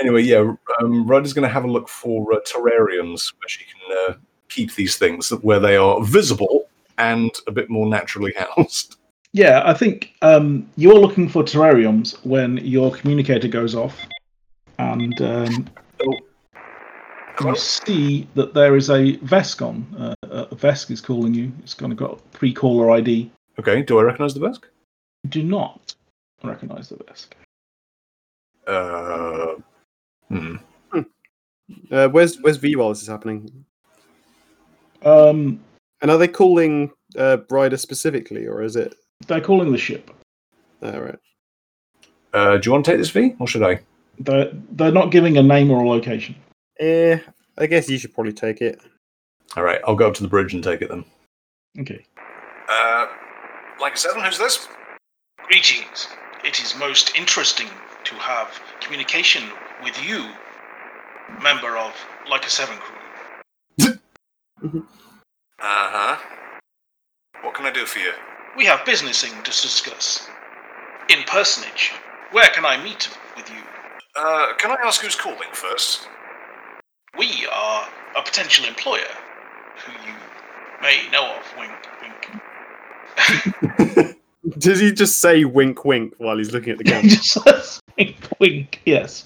Anyway, yeah, um, Ryder's going to have a look for uh, terrariums where she can uh, keep these things where they are visible and a bit more naturally housed.
Yeah, I think um, you're looking for terrariums when your communicator goes off, and um, you see that there is a Vesk on. Uh, a Vesk is calling you. It's kind of got pre-caller ID.
Okay, do I recognise the Vesk?
You do not recognise the Vesk.
Uh, hmm.
Uh, where's where's V while this is happening?
Um,
and are they calling uh, Ryder specifically, or is it?
They're calling the ship.
All right.
Uh, do you want to take this V, or should I?
They're they're not giving a name or a location.
Eh, I guess you should probably take it.
All right, I'll go up to the bridge and take it then.
Okay.
Uh, like I said, who's this?
Greetings. It is most interesting to have communication with you, member of Like a Seven crew.
Uh huh. What can I do for you?
We have businessing to discuss. In personage, where can I meet with you?
Uh, can I ask who's calling first?
We are a potential employer who you may know of. Wink, wink.
Does he just say wink wink while he's looking at the camera?
just says wink wink. Yes.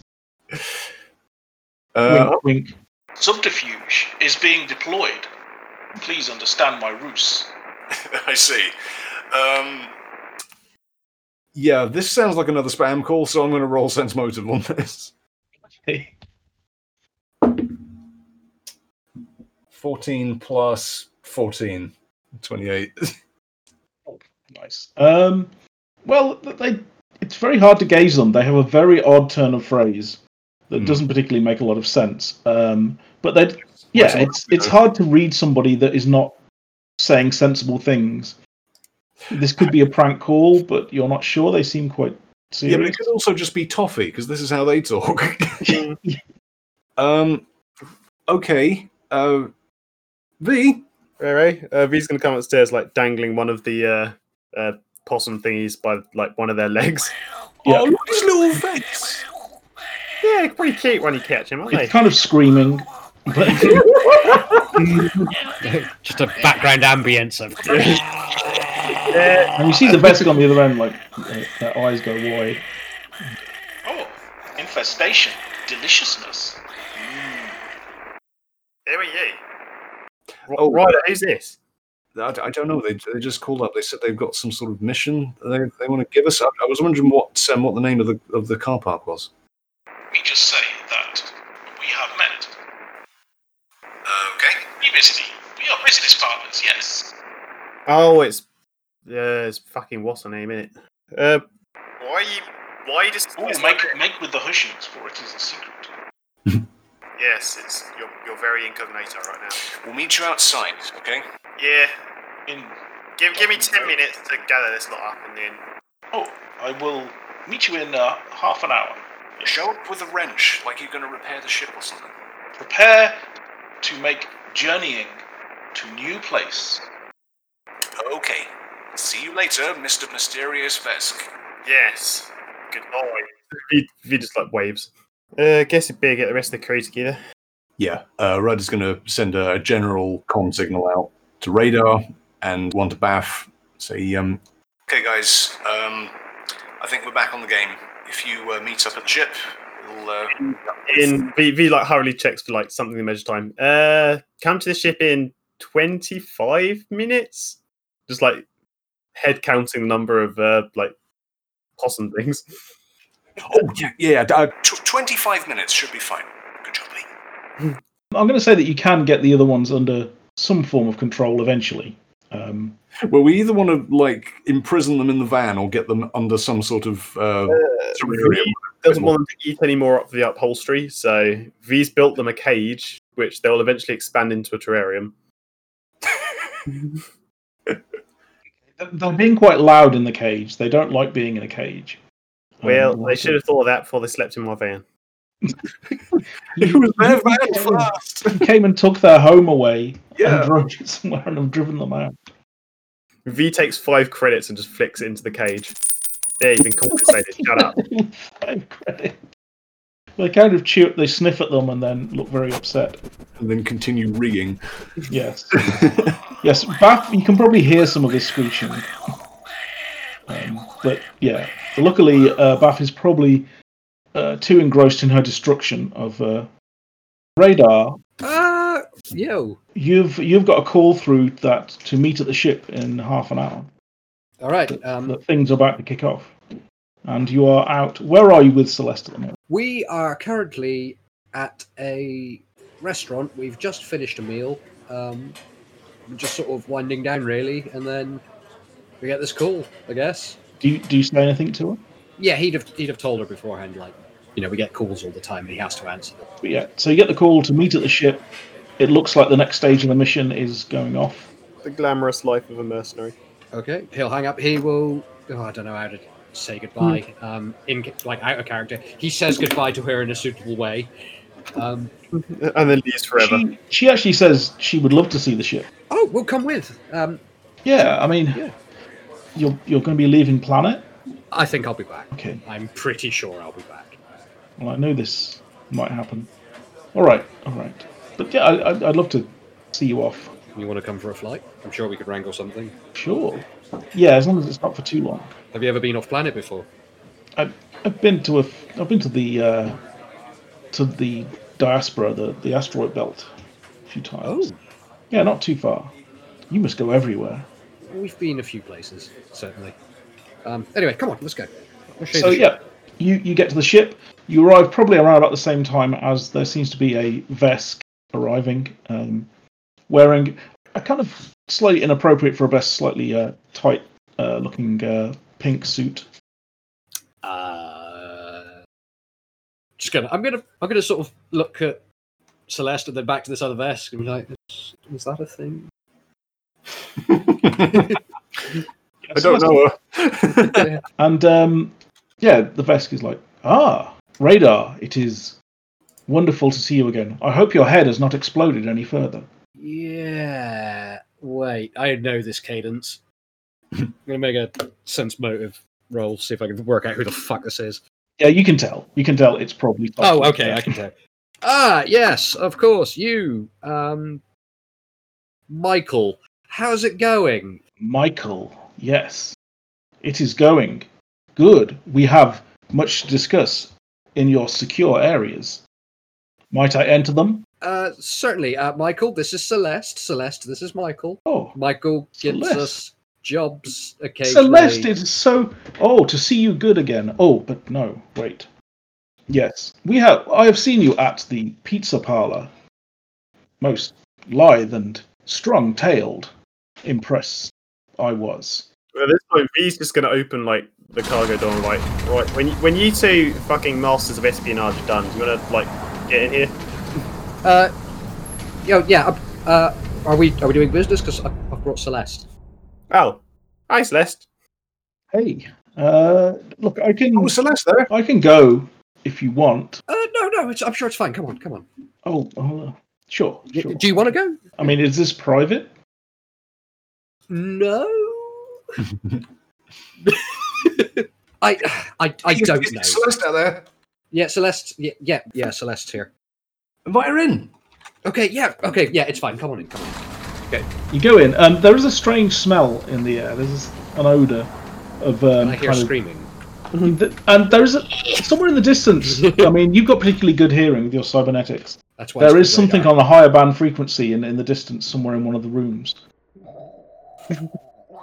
Uh,
wink, wink.
Subterfuge is being deployed. Please understand my ruse.
I see. Um, yeah, this sounds like another spam call, so I'm going to roll sense motive on this. 14 plus 14, 28.
nice. Um, well, th- they it's very hard to gaze them. They have a very odd turn of phrase that
Hmm.
doesn't particularly make a lot of sense. Um, but they, yeah, it's it's hard to read somebody that is not saying sensible things. This could be a prank call, but you're not sure. They seem quite
Yeah, but it
serious.
could also just be toffee because this is how they talk. um, okay. Uh, V.
Ray Ray. Uh, V's gonna come upstairs, like dangling one of the uh, uh, possum thingies by like one of their legs.
Yeah.
look his little face.
Yeah, pretty cute when you catch him, aren't they?
It's kind of screaming. But
Just a background ambience of.
and you see the vest on the other end, like uh, their eyes go wide.
Oh, infestation, deliciousness.
There we go.
Oh,
right, who's this?
I, I don't know. They, they just called up. They said they've got some sort of mission they, they want to give us. I, I was wondering what um, what the name of the of the car park was.
We just say that we have met. Okay. Previously, we are business partners, yes.
Oh, it's yeah, it's fucking what's her name in it? Uh, why are you? Why you just?
Ooh, Oh, make, make with the Hussians, for it is a secret.
Yes, it's you're, you're very incognito right now.
We'll meet you outside, okay?
Yeah,
In
give give me ten minutes to gather this lot up, and then
oh, I will meet you in uh, half an hour.
Show up with a wrench, like you're going to repair the ship or something.
Prepare to make journeying to new place.
Okay. See you later, Mr. Mysterious Vesk.
yes, goodbye. V, v just like waves. Uh, guess it better get the rest of the crew together.
Yeah, uh, Rudd is going to send a, a general comm signal out to radar and one to Bath. Say, um, okay, guys, um, I think we're back on the game. If you uh, meet up at the ship, we'll. Uh...
In V, v like hurriedly checks for like something in measure time. Uh, come to the ship in twenty five minutes. Just like head counting the number of uh like possum things.
Oh, yeah, yeah. Uh, tw- 25 minutes should be fine. Good job, Lee.
I'm going to say that you can get the other ones under some form of control eventually. Um,
Well, we either want to like imprison them in the van or get them under some sort of uh, terrarium.
doesn't want them to eat any more up the upholstery, so V's built them a cage, which they'll eventually expand into a terrarium.
they're- they're being quite loud in the cage. They don't like being in a cage. Um,
Well,
like
they should have thought of that before they slept in my van.
It was their van first.
they came and took their home away
Yeah.
and drove it somewhere and have driven them out.
V takes five credits and just flicks it into the cage. There, you've been compensated. Shut up.
Five credit. They kind of chew. They sniff at them and then look very upset.
and then continue rigging.
Yes. yes. Bath, you can probably hear some of this screeching. Um, but yeah, luckily, uh, Bath is probably uh, too engrossed in her destruction of uh, radar.
Uh, yo.
You've you've got a call through that to meet at the ship in half an hour.
All right. Um,
That things are about to kick off, and you are out. Where are you with Celeste at the moment?
we are currently at a restaurant. We've just finished a meal. Um, we're just sort of winding down, really, and then we get this call. I guess.
Do you, do you say anything to her?
Yeah, he'd have he'd have told her beforehand. Like, you know, we get calls all the time, and he has to answer them.
But yeah, so you get the call to meet at the ship. It looks like the next stage of the mission is going off.
The glamorous life of a mercenary.
Okay, he'll hang up. He will. Oh, I don't know how to say goodbye. Um, in like out of character, he says goodbye to her in a suitable way. Um,
And then leaves forever.
She, she actually says she would love to see the ship.
oh, we'll come with. Um,
Yeah, I mean,
Yeah.
you're you're going to be leaving planet.
I think I'll be back.
Okay,
I'm pretty sure I'll be back.
well I know this might happen. All right, all right. But yeah, I, I'd, I'd love to see you off.
You want to come for a flight? I'm sure we could wrangle something.
Sure. Yeah, as long as it's not for too long.
Have you ever been off planet before?
I've, I've been to a I've been to the uh, to the diaspora, the, the asteroid belt, a few times. Yeah, not too far. You must go everywhere.
We've been a few places, certainly. Um, anyway, come on, let's go. I'll show you
So
the-
yeah, you you get to the ship. You arrive probably around about the same time as there seems to be a Vesk arriving, um, wearing a kind of slightly inappropriate for a Vesk, slightly uh, tight uh, looking uh, pink suit.
Uh, just gonna, I'm gonna, I'm gonna sort of look at Celeste and then back to this other vest and be like, "Is- "Was that a thing?"
I don't know and um, yeah, the Vesk is like, ah, radar. It is wonderful to see you again. I hope your head has not exploded any further.
Yeah. Wait, I know this cadence. I'm gonna make a sense motive roll, see if I can work out who the fuck this is.
Yeah, you can tell. You can tell it's probably.
Oh, okay, I can tell. Ah, yes, of course, you, um, Michael. How's it going?
Michael, yes. It is going. Good. We have much to discuss in your secure areas. Might I enter them?
Uh, certainly, uh, Michael. This is Celeste. Celeste, this is Michael.
Oh,
Michael gets
Celeste.
us jobs occasionally.
Celeste is so. Oh, to see you good again. Oh, but no, wait. Yes, we have. I have seen you at the pizza parlor. Most lithe and strong-tailed, impressed I was.
At this point, V's just going to open like the cargo door and like, right, when you, when you two fucking masters of espionage are done, you want to like get in here?
Uh, yo, yeah. uh, Uh, are we are we doing business? Because I've brought Celeste.
Oh, hi Celeste.
Hey, uh, look, I can. Oh, Celeste, there. I can go if you want.
Uh, no, no. It's, I'm sure it's fine. Come on, come on.
Oh, oh, uh, sure, sure.
Do you want to go?
I mean, is this private?
No. I I I don't know.
Celeste out there.
Yeah, Celeste. Yeah, yeah, yeah Celeste's here. Invite her in. Okay. Yeah. Okay. Yeah. It's fine. Come on in. Come on. In.
Okay. You go in, and there is a strange smell in the air. There's an odor of. Um,
And I hear
kind of-
screaming.
Mhm, th- And there is a, somewhere in the distance. I mean, you've got particularly good hearing with your cybernetics.
That's why
There
it's
is
good
something
radar.
on a higher band frequency in, in the distance, somewhere in one of the rooms.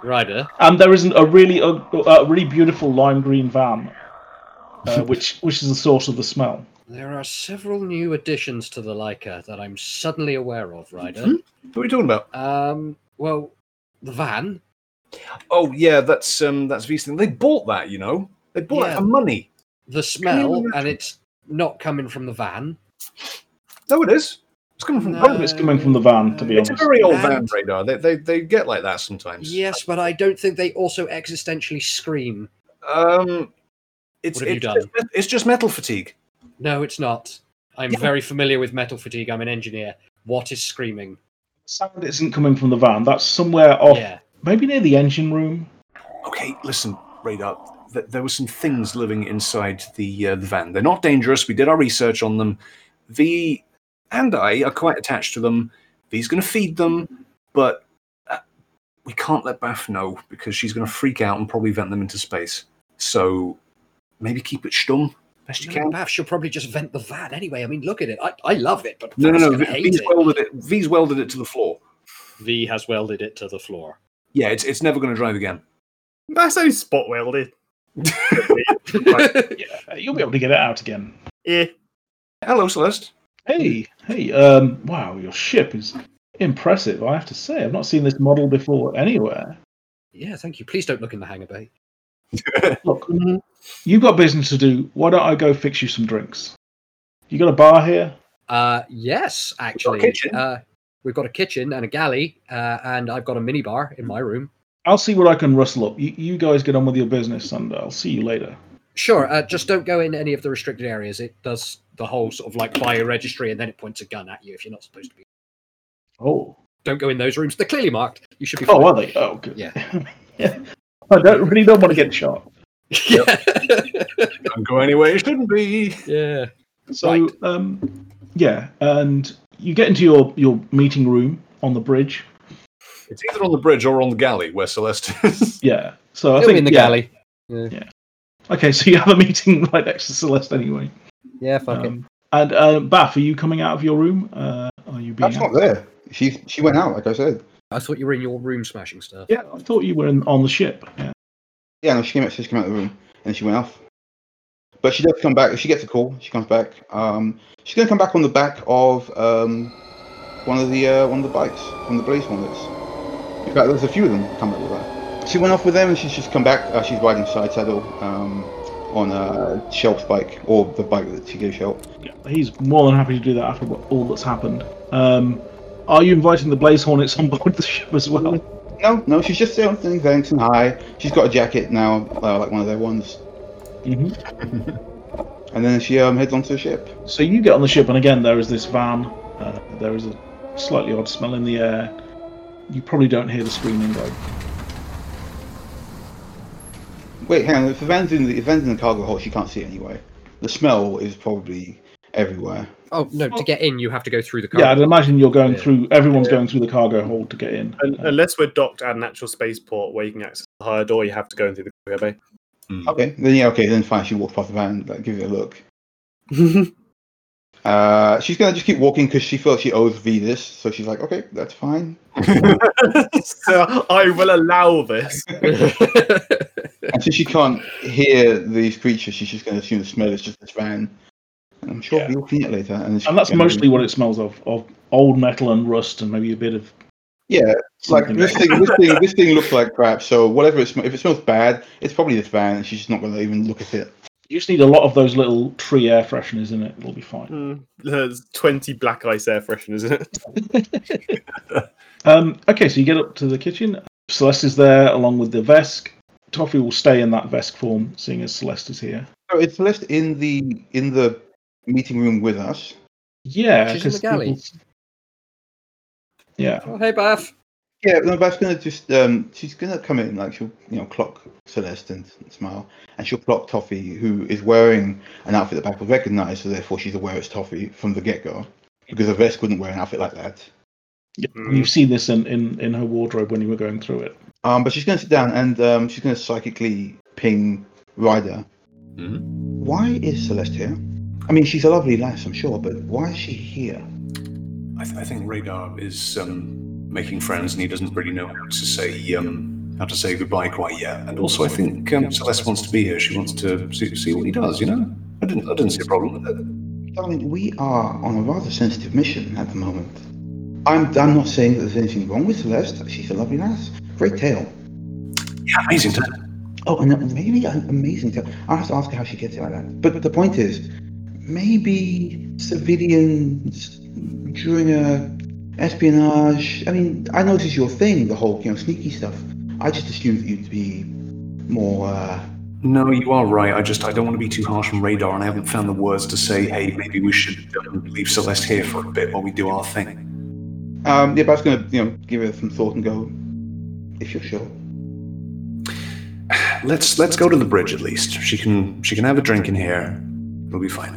Ryder.
And there isn't a really a, a really beautiful lime green van, uh, which which is the source of the smell.
There are several new additions to the Leica that I'm suddenly aware of, Ryder.
What are you talking about?
Um, well, the van.
Oh yeah, that's um, that's V's thing. They bought that, you know. They bought
Yeah.
it for money.
The
Can you
smell,
imagine?
and it's not coming from the van.
No, it is. It's coming from.
Probably it's coming from the van,
Uh,
to be
It's
honest.
a very old van
And-
radar. They, they they get like that sometimes.
Yes, but I don't think they also existentially scream.
Um, it's
What have you
it's just, met- it's just metal fatigue.
No, it's not. I'm very familiar with metal fatigue. I'm an engineer. What is screaming?
sound isn't coming from the van. That's somewhere
Oh.
off,
Yeah.
maybe near the engine room.
Okay, listen, radar. Th- there were some things living inside the uh, the van. They're not dangerous. We did our research on them. V and I are quite attached to them. V's going to feed them, but uh, we can't let Bath know because she's going to freak out and probably vent them into space. So maybe keep it stum best you
No,
can.
Bath, she'll probably just vent the van anyway. I mean, look at it. I, I love it, but
No,
Bath's
no, no.
gonna
V-
hate
V's
it.
welded it. V's welded it to the floor.
V has welded it to the floor.
Yeah, it's it's never going to drive again.
That's only spot welded.
Uh, You'll be able to get it out again.
Yeah.
Hello, Celeste.
Hey, hey. Um, wow, your ship is impressive. I have to say, I've not seen this model before anywhere.
Yeah, thank you. Please don't look in the hangar bay.
Look, you've got business to do. Why don't I go fix you some drinks? You got a bar here?
Uh, yes, actually.
kitchen.
Uh, we've got a kitchen and a galley, uh, and I've got a minibar in my room.
I'll see what I can rustle up. You, you guys get on with your business, and I'll see you later.
Sure, uh, just don't go in any of the restricted areas. It does the whole sort of like bioregistry, and then it points a gun at you if you're not supposed to be.
Oh,
Don't go in those rooms. They're clearly marked. You should be.
oh,
fine.
are they? Oh, good.
Yeah.
I don't really don't want to get shot.
Don't go anywhere you shouldn't be.
Yeah.
So, um, yeah, and you get into your, your meeting room on the bridge.
It's either on the bridge or on the galley where Celeste is.
Yeah. So I
It'll be
think
in the
yeah.
galley. Yeah.
Okay, so you have a meeting right next to Celeste anyway.
Yeah, fuck
Um, And uh, Bath, are you coming out of your room? Uh, are you being?
That's
out?
not there. She she went out, like I said.
I thought you were in your room smashing stuff.
Yeah, I thought you were in, on the ship. Yeah.
Yeah, no, she came out. She just came out of the room and she went off. But she does come back. She gets a call. She comes back. Um, she's gonna come back on the back of um, one of the uh, one of the bikes, one of the blaze hornets. In fact, there's a few of them come back with her. She went off with them and she's just come back. Uh, she's riding side saddle um, on uh, Shelp's bike or the bike that she gave Shelp.
He's more than happy to do that after what, all that's happened. Um, are you inviting the Blaze Hornets on board the ship as well?
Mm-hmm.
No, no, she's just um, saying thanks and hi. She's got a jacket now, uh, like one of their ones.
hmm
And then she um, heads onto the ship.
So you get on the ship, and again, there is this van. Uh, there is a slightly odd smell in the air. You probably don't hear the screaming though.
Wait, hang on. If the van's in the, if the van's in the cargo hold, she can't see it anyway. The smell is probably everywhere.
Oh no! To get in, you have to go through the car.
Yeah, I'd imagine you're going through. Everyone's going through the cargo hold to get in.
Un- Unless we're docked at an actual spaceport where you can access the higher door, you have to go in through the cargo bay.
Okay, then yeah, okay, then fine. She walks past the van, like, gives it a look. uh, she's gonna just keep walking because she feels she owes V this, so she's like, okay, that's fine.
so I will allow this.
and since she can't hear these creatures, she's just gonna assume the smell is just this van. And I'm sure we'll clean it later. And,
And that's mostly what it smells of of old metal and rust and maybe a bit of
Yeah, like
Something
this
like-
thing, this thing, this thing looks like crap. So whatever it smells, if it smells bad, it's probably this van, and she's just not gonna even look at it.
you just need a lot of those little tree air fresheners in it it'll be fine
Hmm, There's 20 black ice air fresheners in it.
um, okay so you get up to the kitchen celeste is there along with the vesk toffee will stay in that vesk form seeing as celeste is here
So it's left in the in the meeting room with us.
yeah
She's in the
'cause
galley.
people- yeah
Oh, hey, Bath.
Yeah, no, Beth's gonna just um, she's gonna come in like she'll you know clock Celeste and smile, and she'll clock Toffee, who is wearing an outfit that Beth will recognise, so therefore she's aware it's Toffee from the get go, because a vest wouldn't wear an outfit like that.
Yeah,
Hmm.
you've seen this in, in, in her wardrobe when you were going through it
Um, but she's gonna sit down and um, she's gonna psychically ping Ryder. Why is Celeste here? I mean, she's a lovely lass, I'm sure, but why is she here?
I, th- I think Radar is um, making friends, and he doesn't really know how to say um, how to say goodbye quite yet. And also, I think um, Celeste wants to be here. She wants to see, see what he does. You know, I didn't I didn't see a problem with it.
Darling, we are on a rather sensitive mission at the moment. I'm, I'm not saying that there's anything wrong with Celeste. She's a lovely lass. Great tale.
Yeah, amazing time.
Oh, and and maybe an amazing tale. I'll have to ask her how she gets it like that. But the point is, maybe civilians during a espionage. I mean, I know this is your thing, the whole you know sneaky stuff. I just assumed that you'd be more. Uh,
No, you are right. I just I don't want to be too harsh on Radar, and I haven't found the words to say. Hey, maybe we should um, leave Celeste here for a bit while we do our thing.
um, yeah, but I was gonna you know give it some thought and go if you're sure.
Let's let's go to the bridge at least. She can she can have a drink in here. We'll be fine.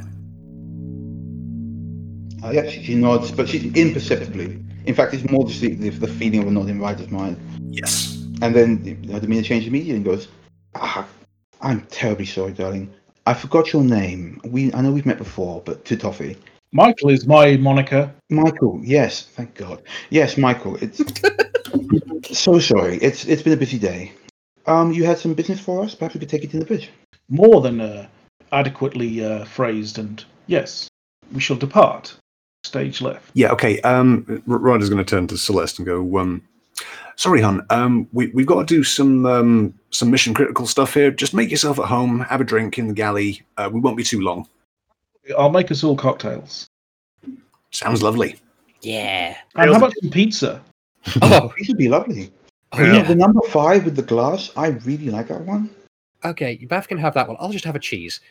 Uh, yeah, she, she nods, but she's imperceptibly. In fact, it's more just the, the, the feeling of a nod in Ryder's mind.
Yes.
And then you know, the demeanor changes immediately and goes, ah, I'm terribly sorry, darling. I forgot your name. We I know we've met before, but to Toffee.
michael is my moniker
Michael, yes, thank God. Yes, Michael, it's so sorry. It's it's been a busy day. Um, you had some business for us. Perhaps we could take it to the bridge.
more than uh, adequately uh, phrased and yes we shall depart stage left
Yeah, okay. Um, R- Ryder's going to turn to Celeste and go, um, "Sorry, hon. Um, we we've got to do some um, some mission critical stuff here. Just make yourself at home. Have a drink in the galley. Uh, we won't be too long.
i'll make us all cocktails
Sounds lovely.
Yeah.
and how about some pizza
Oh,
These would be lovely.
Oh,
You know,
yeah.
The number five with the glass. I really like that one.
okay. Bath can have that one. I'll just have a cheese.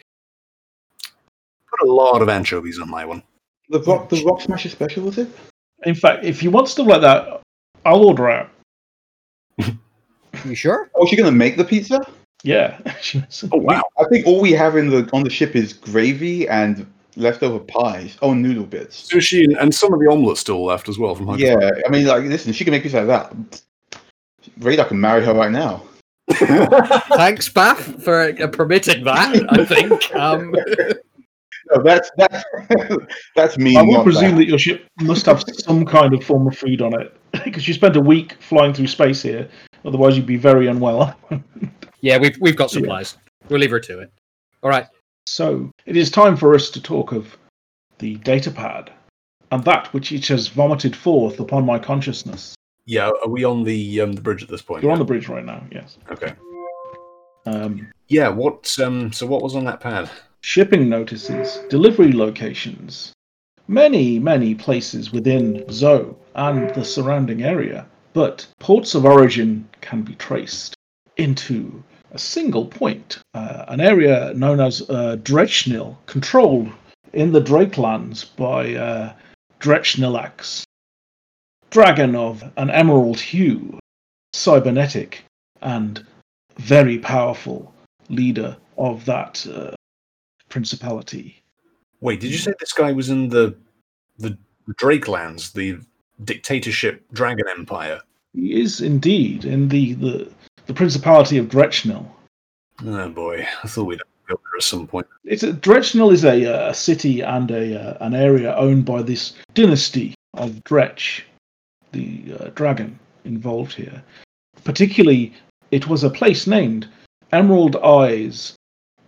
Put a lot of anchovies on my one.
The rock, the rock smasher special was it?
In fact, if you want stuff like that, I'll order out.
You sure?
Oh, she's gonna make the pizza.
Yeah.
Oh wow! I think all we have in the on the ship is gravy and leftover pies. Oh, noodle bits.
Sushi and, and some of the omelette still left as well from Hunger
Yeah, I mean, like, listen, she can make pizza like that. Radar can marry her right now.
Thanks, Bath, for uh, permitting that. I think. Um,
No, that's that's that's me.
I would
not
presume
that.
that. your ship must have some kind of form of food on it because you spent a week flying through space here. Otherwise, you'd be very unwell.
Yeah, we've we've got supplies. We'll leave her to it. All right.
So it is time for us to talk of the data pad and that which it has vomited forth upon my consciousness.
Yeah, are we on the um, the bridge at this point?
You're on the bridge right now. Yes.
Okay.
Um,
yeah. What? Um, so what was on that pad?
Shipping notices, delivery locations, many, many places within Zoe and the surrounding area, but ports of origin can be traced into a single point, uh, an area known as uh, Drechnil, controlled in the Drakelands by uh, Drechnilax, dragon of an emerald hue, cybernetic, and very powerful leader of that uh, principality.
Wait, did you say this guy was in the the Drakelands, the dictatorship dragon empire?
He is indeed in the, the, the principality of Drechnil.
Oh boy, I thought we'd go there at some point.
It's a, Drechnil is a, uh, a city and a uh, an area owned by this dynasty of Dretch, the uh, dragon involved here. Particularly, it was a place named Emerald Eyes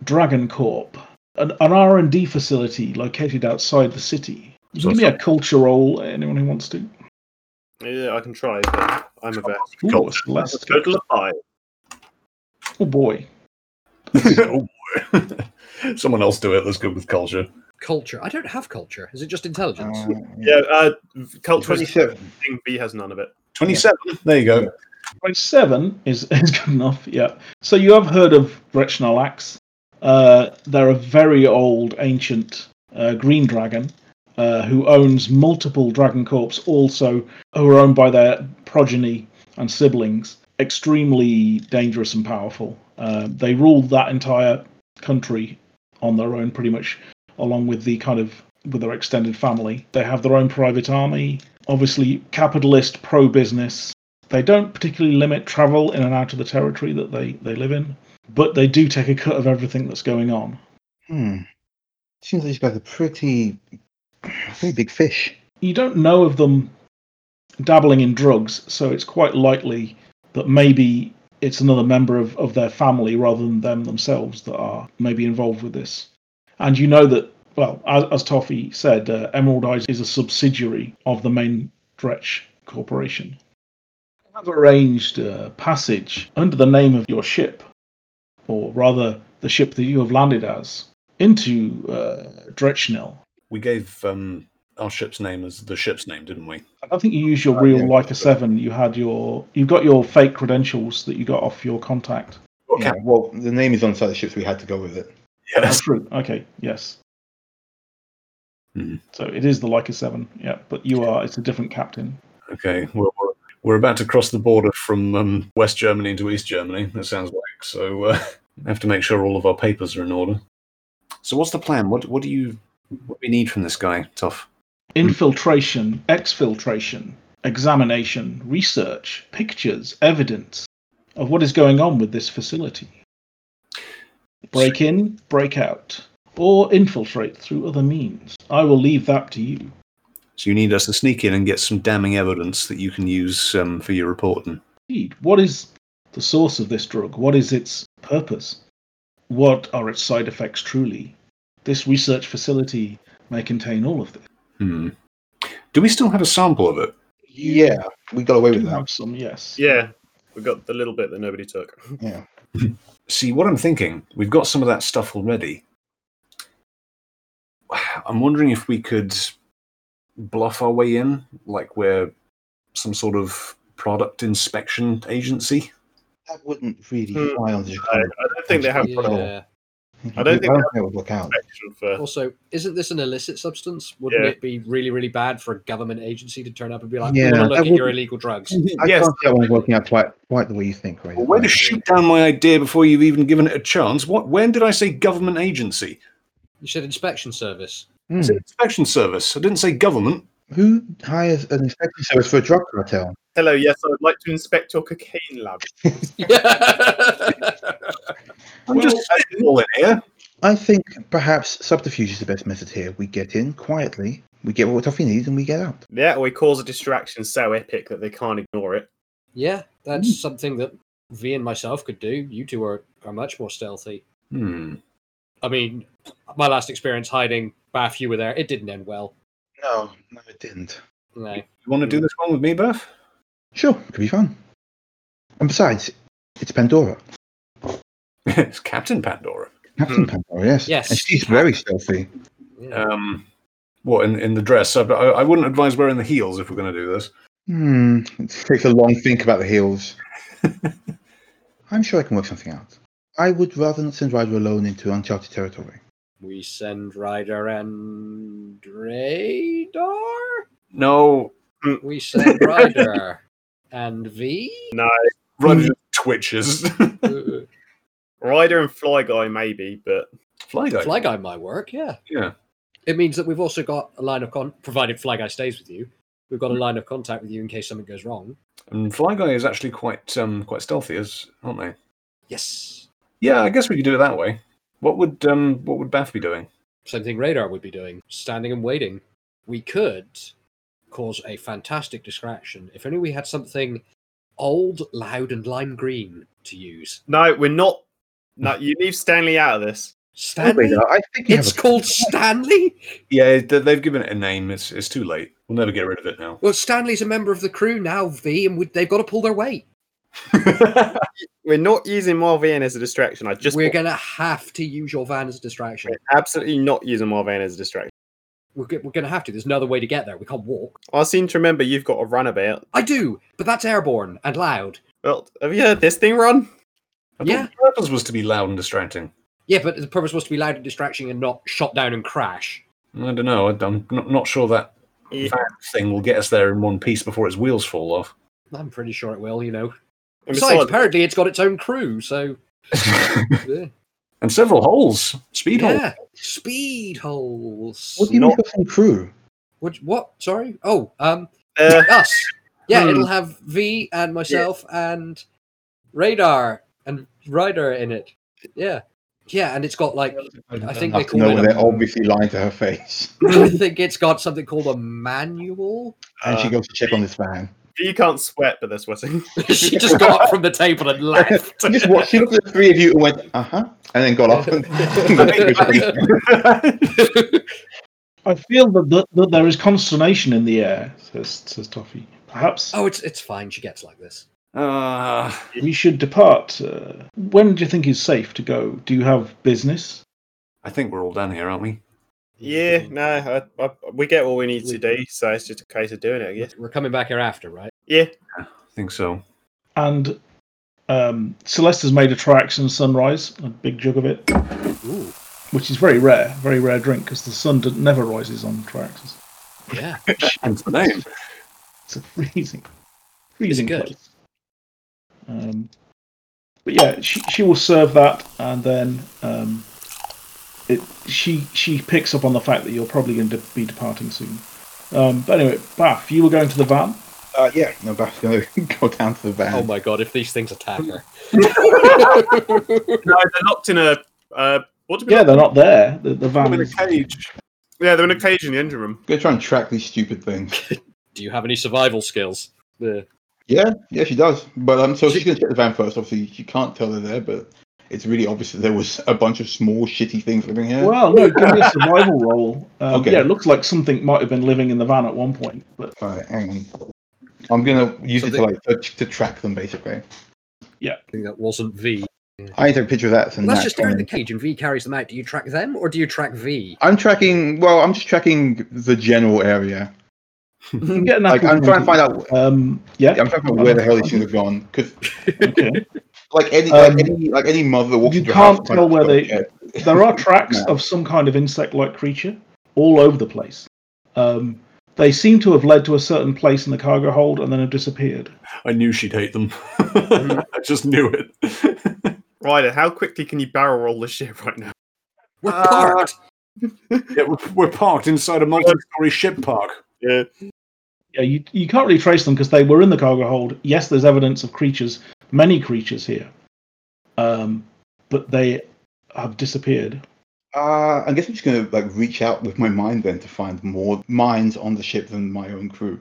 Dragon Corp, an, an R and D facility located outside the city. You
So
can give me a culture roll, anyone who wants to.
Yeah, I can try, but I'm a vet.
Ooh, it's less-
Total of five.
Oh boy.
oh boy. Someone else do it. Let's go with culture.
Culture. I don't have culture. Is it just intelligence?
Yeah, uh, culture. is-
27.
thing V has none of it.
Twenty-seven. There you go.
Twenty-seven is, is good enough. Yeah. So you have heard of Brechnal Axe. Uh, they're a very old, ancient uh, green dragon uh, who owns multiple dragon corps, also who are owned by their progeny and siblings. Extremely dangerous and powerful. Uh, they rule that entire country on their own, pretty much, along with the kind of with their extended family. They have their own private army. Obviously, capitalist, pro-business. They don't particularly limit travel in and out of the territory that they, they live in, but they do take a cut of everything that's going on.
Hmm. Seems like these guys are pretty, pretty big fish.
You don't know of them dabbling in drugs, so it's quite likely that maybe it's another member of, of their family rather than them themselves that are maybe involved with this. And you know that, well, as, as Toffee said, uh, Emerald Eyes is a subsidiary of the main Dretch Corporation. I have arranged a passage under the name of your ship, or rather the ship that you have landed as, into uh, Drechnil.
We gave um, our ship's name as the ship's name, didn't we?
I don't think you use your real Leica Seven. You had your, you got your fake credentials that you got off your contact.
Yeah,
well, the name is on the side of the ships. We had to go with it.
That's true. Okay. Yes. So it is the Leica Seven. Yeah, but you are. It's a different captain.
Okay. Well, we're, we're about to cross the border from um, West Germany into East Germany. That sounds like so. Uh, I have to make sure all of our papers are in order. So, what's the plan? What What do you What do we need from this guy? Tough.
Infiltration, exfiltration, examination, research, pictures, evidence of what is going on with this facility. Break in, break out, or infiltrate through other means. I will leave that to you.
So you need us to sneak in and get some damning evidence that you can use um, for your reporting.
Indeed. What is the source of this drug? What is its purpose? What are its side effects truly? This research facility may contain all of this.
Hmm. Do we still have a sample of it?
Yeah, we got away
with that. Have some, yes.
Yeah, we got the little bit that nobody took.
Yeah.
See, what I'm thinking, we've got some of that stuff already. I'm wondering if we could bluff our way in, like we're some sort of product inspection agency.
That wouldn't really
Hmm.
fly on the.
I, I don't think they have.
Yeah.
I don't think
that would work out.
uh,
Also, isn't this an illicit substance? Wouldn't
Yeah.
it be really, really bad for a government agency to turn up and be like, "We're
Yeah, that
going to look at your
wouldn't-
illegal drugs"?
I can't see that one's working out quite quite the way you think, right?
Way Mm-hmm. to shoot down my idea before you've even given it a chance. What? When did I say government agency?
You said inspection service.
Hmm.
I said inspection service. I didn't say government.
Who hires an inspection service for a drug cartel?
Hello, yes, I would like to inspect your cocaine lab.
I'm just saying, all in here.
I think perhaps subterfuge is the best method here. We get in quietly, we get what Toffee needs, and we get out.
Yeah, or we cause a distraction so epic that they can't ignore it.
Yeah, that's something that V and myself could do. You two are, are much more stealthy.
Hmm.
I mean, my last experience hiding, Bath, you were there. It didn't end well.
No, no, it didn't.
No.
You want to do this one with me, Beth?
Sure, could be fun. And besides, it's Pandora.
it's Captain Pandora.
Captain Pandora, yes.
Hmm. Yes.
And she's very stealthy.
Um, what in, in the dress? I, I I wouldn't advise wearing the heels if we're going to do this.
Hmm. It takes a long think about the heels. I'm sure I can work something out. I would rather not send Ryder alone into uncharted territory.
We send Ryder and Radar?
No,
We send Ryder and V?
No.
Mm.
Ryder twitches.
Ryder and Fly Guy, maybe, but.
Fly Guy?
Fly Guy might work, yeah.
Yeah.
It means that we've also got a line of con, provided Fly Guy stays with you, we've got a line of contact with you in case something goes wrong.
And Fly Guy is actually quite um quite stealthy, is aren't they?
Yes.
Yeah, I guess we could do it that way. What would um what would Bath be doing?
Same thing Radar would be doing, standing and waiting. We could cause a fantastic distraction if only we had something old, loud, and lime green to use.
No, we're not. No, you leave Stanley out of this.
Stanley?
I think
It's called Stanley?
Yeah, they- they've given it a name. It's it's too late. We'll never get rid of it now.
Well, Stanley's a member of the crew now, V, and we, they've got to pull their weight.
We're not using Marvin as a distraction. I just.
We're going to have to use your van as a distraction.
absolutely not using Marvin as a distraction.
We're, go- we're going to have to. There's no other way to get there. We can't walk.
I seem to remember you've got a runabout.
I do, but that's airborne and loud.
Well, have you heard this thing run?
I thought
Yeah.
The purpose was to be loud and distracting.
Yeah, but the purpose was to be loud and distracting and not shot down and crash.
I don't know. I- I'm not, not sure that
Yeah.
van thing will get us there in one piece before its wheels fall off.
I'm pretty sure it will, you know.
And
Besides,
besides,
apparently it's got its own crew, so. yeah.
And several holes, speed holes.
yeah. Speed holes.
What do you mean it's got some crew?
What, what? Sorry? Oh, um,
uh,
us. Yeah,
Hmm.
it'll have V and myself and radar and rider in it. Yeah, yeah, and it's got like I think they
Enough to
call
know
it.
when they're
A,
obviously lying to her face.
I think it's got something called a manual.
And she
Uh,
goes to check on this van.
you can't sweat, but they're sweating.
she just got up from the table and left.
She just watched, she looked at the three of you and went, uh huh, and then got off. And
I feel that, that, that there is consternation in the air, says, says Toffee. Perhaps
oh, it's it's fine. She gets like this.
Uh,
we should depart. Uh, when do you think is safe to go? Do you have business?
I think we're all done here, aren't we?
yeah, no, I, I, we get what we need to do, so it's just a case of doing it, I guess.
We're coming back here after, right?
Yeah,
I think so.
And um, Celeste has made a Triaxon Sunrise, a big jug of it,
Ooh,
which is very rare, very rare drink because the sun d- never rises on Triaxons.
yeah.
Hence the name.
It's a freezing, freezing
good?
place. Um, but yeah, she, she will serve that, and then um, it she she picks up on the fact that you're probably going to be departing soon. Um, but anyway, Bath, you were going to the van.
uh, yeah, no, Bath's going to go down to the van.
Oh my god, if these things attack her.
no, they're locked in a. Uh, what do we
Yeah, they're not there. The, the van.
I'm in a
Is,
cage.
Yeah, they're in a cage in the engine room.
Go try and track these stupid things.
Do you have any survival skills? Yeah.
Yeah, yeah, she does. But um, so
She-
she's going to check the van first. Obviously, she can't tell they're there, but it's really obvious that there was a bunch of small, shitty things living here.
well, no, give me a survival roll. Um,
Okay.
Yeah, it looks like something might have been living in the van at one point, but
All right, hang on. I'm going to use it to,
Something-
like, to, to track them, basically.
I think that wasn't V.
I need to take a picture of that. And
Well, that's just
on
they're in
it.
the cage and V carries them out. Do you track them or do you track V?
I'm tracking. Well, I'm just tracking the general area.
you can get an
Like,
apple
I'm trying to find out.
Um, yeah,
I'm trying to find out where the hell these things have gone. Because
Okay.
like any,
Um,
like any, like any mother that walks
you
into her house
can't
and
tell where
finds-
they- there are tracks
No.
of some kind of insect-like creature all over the place. Um, they seem to have led to a certain place in the cargo hold and then have disappeared.
I knew she'd hate them. I just knew it.
Ryder, how quickly can you barrel roll this shit right now?
We're
Uh,
Ah.
parked.
yeah, we're, we're parked inside a multi-story ship park.
Yeah.
Yeah, you, you can't really trace them because they were in the cargo hold. Yes, there's evidence of creatures, many creatures here, um, but they have disappeared.
Uh, I guess I'm just gonna like reach out with my mind then to find more minds on the ship than my own crew.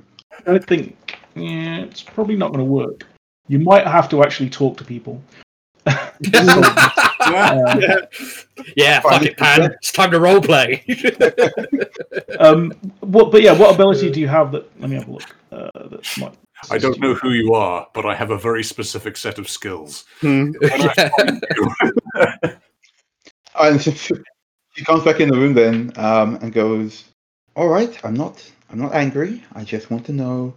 I think yeah, it's probably not going to work. You might have to actually talk to people. Um,
yeah, fuck it, Pan. It's time to roleplay.
um, what? But yeah, what ability do you have that? Let me have a look. Uh, that's my.
I don't know who you are, but I have a very specific set of skills.
Hmm.
And she comes back in the room then um, and goes, "All right, I'm not. I'm not angry. I just want to know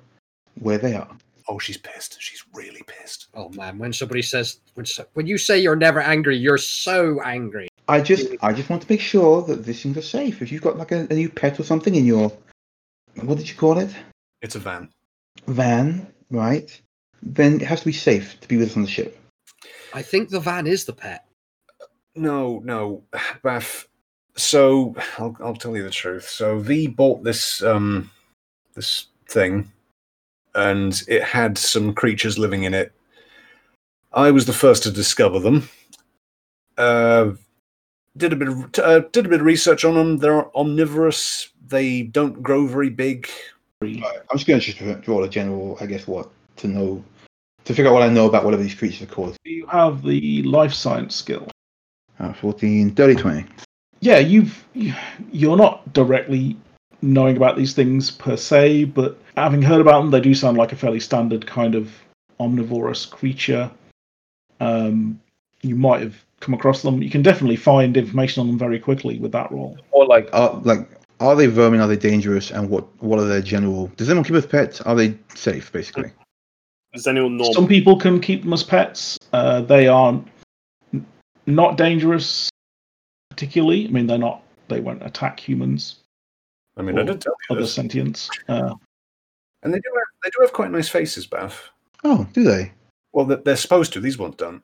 where they are."
Oh, she's pissed. She's really pissed.
Oh man, when somebody says when, so- when you say you're never angry, you're so angry.
I just, I just want to make sure that these things are safe. If you've got like a, a new pet or something in your, what did you call it?
It's a van.
Van, right? Then it has to be safe to be with us on the ship.
I think the van is the pet.
No, no, Bath. So I'll, I'll tell you the truth. So V bought this um this thing, and it had some creatures living in it. I was the first to discover them. Uh, did a bit of uh, did a bit of research on them. They're omnivorous. They don't grow very big.
Right, I'm just going to just draw a general, I guess, what to know, to figure out what I know about whatever these creatures are called.
Do you have the life science skill?
Uh, 14, 30, 20.
Yeah, you've you- you're not directly knowing about these things per se, but having heard about them, they do sound like a fairly standard kind of omnivorous creature. Um, you might have come across them. You can definitely find information on them very quickly with that roll.
Or like, are, like, are they vermin? Are they dangerous? And what, what are their general? Does anyone keep with pets? Are they safe, basically?
Is anyone normal?
Some people can keep them as pets. Uh, they are n- not dangerous, particularly. I mean, they're not. They won't attack humans.
I mean, I
or
did tell you
other
this.
sentients. Uh,
And they do have they do have quite nice faces, Bath.
Oh, do they?
Well, they're, they're supposed to. These ones don't.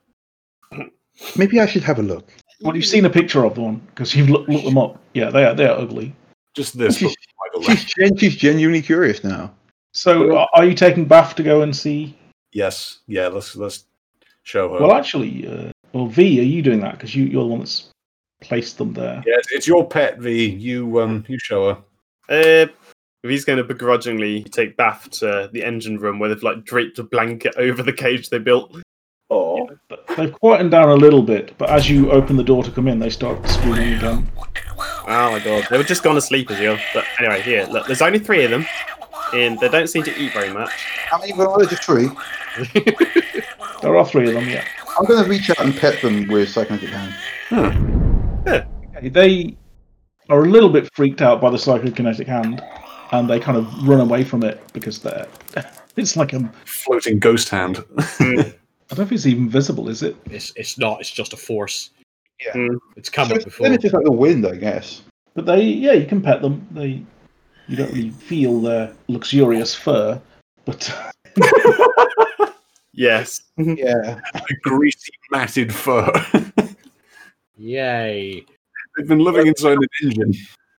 Maybe I should have a look.
well, you've seen a picture of one because you've looked, looked them up. Yeah, they are. They are ugly.
Just this.
She's, she's, gen- she's genuinely curious now.
So, are- are you taking Bath to go and see?
Yes. Yeah. Let's let's show her.
Well, actually, uh, well, V, are you doing that because you, you're the one that's placed them there?
Yeah, it's- it's your pet, V. You um, you show her.
Uh, he's going to begrudgingly take Bath to the engine room where they've like draped a blanket over the cage they built.
Oh,
They've quietened down a little bit, but as you open the door to come in, they start screaming again.
Oh my god, they were just gone to sleep as well. But anyway, here, look, there's only three of them, and they don't seem to eat very much.
How many were there? Just three.
There are three of them. Yeah.
I'm going to reach out and pet them with psychokinetic hand.
Okay, They are a little bit freaked out by the psychokinetic hand, and they kind of run away from it because they're. It's like a.
Floating ghost hand.
I don't think it's even visible, is it?
It's it's not. It's just a force.
Yeah,
Hmm. it's come
So
up
it's then
before.
it's just like the wind, I guess.
But they, yeah, you can pet them. They, you don't really feel their luxurious fur, but
Yes.
Yeah.
A greasy, matted fur.
Yay.
They've been living inside an engine.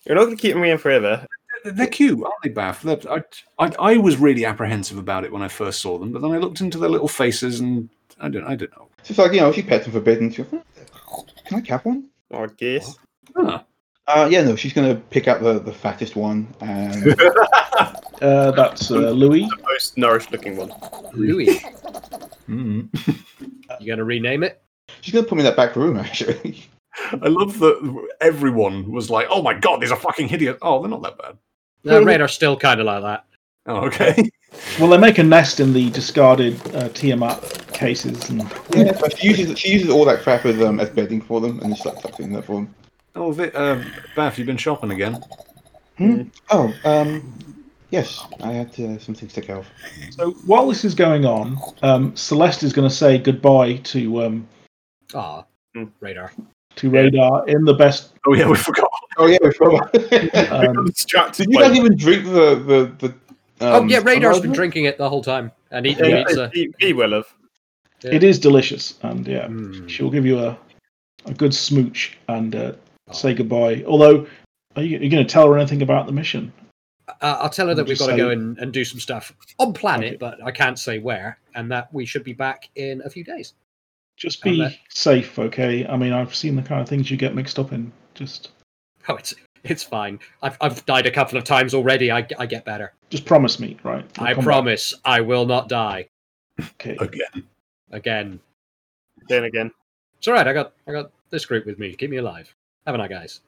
You're not going to keep them here forever.
They're cute, aren't they, Bath? They're- I, I, I was really apprehensive about it when I first saw them, but then I looked into their little faces and I don't, I don't know.
So it's like, you know, she pets them for a bit and she goes, "Hmm, can I cap one?
I guess.
Huh.
Uh, yeah, no, she's going to pick out the, the fattest one. And
uh, that's uh, Louis.
The most nourished looking one.
Louis,
Mm.
you gonna rename it?
she's going to put me in that back room, actually.
I love that everyone was like, "Oh my god, these are fucking hideous." Oh, they're not that bad.
No, Radar's still kind of like that.
Oh, okay.
Well, they make a nest in the discarded uh, Tiamat cases, and
yeah, but she uses, she uses all that crap as, um, as bedding for them and just like tucks it in there for them.
Oh, Vi- uh, Bath, you've been shopping again.
Hmm?
Oh, um, yes, I had uh, some things to take care of.
so while this is going on, um, Celeste is going to say goodbye to um,
Ah,
Hmm.
Mm.
Radar.
to Radar in the best.
Oh yeah, we forgot.
Oh, yeah, we forgot.
Um,
Distracted
Did you
by-
guys even drink the. the, the
oh
um,
yeah, Radar's been
Amaranth?
drinking it the whole time and eating
Yeah,
pizza.
he, he will have.
it is delicious, and yeah,
Mm.
she'll give you a a good smooch and uh, say goodbye. Although, are you, are you going to tell her anything about the mission?
Uh, I'll tell her that
Would
we've
you
got to
say-
go and, and do some stuff on planet,
Okay.
but I can't say where, and that we should be back in a few days.
Just
I'll
be
let-
safe, okay? I mean, I've seen the kind of things you get mixed up in. Just
Oh, it's it's fine. I've I've died a couple of times already. I I get better.
just promise me, right? You'll
I
come back.
promise I will not die.
Okay.
Again.
Again.
Then again.
It's all right. I got I got this group with me. Keep me alive, haven't I, guys?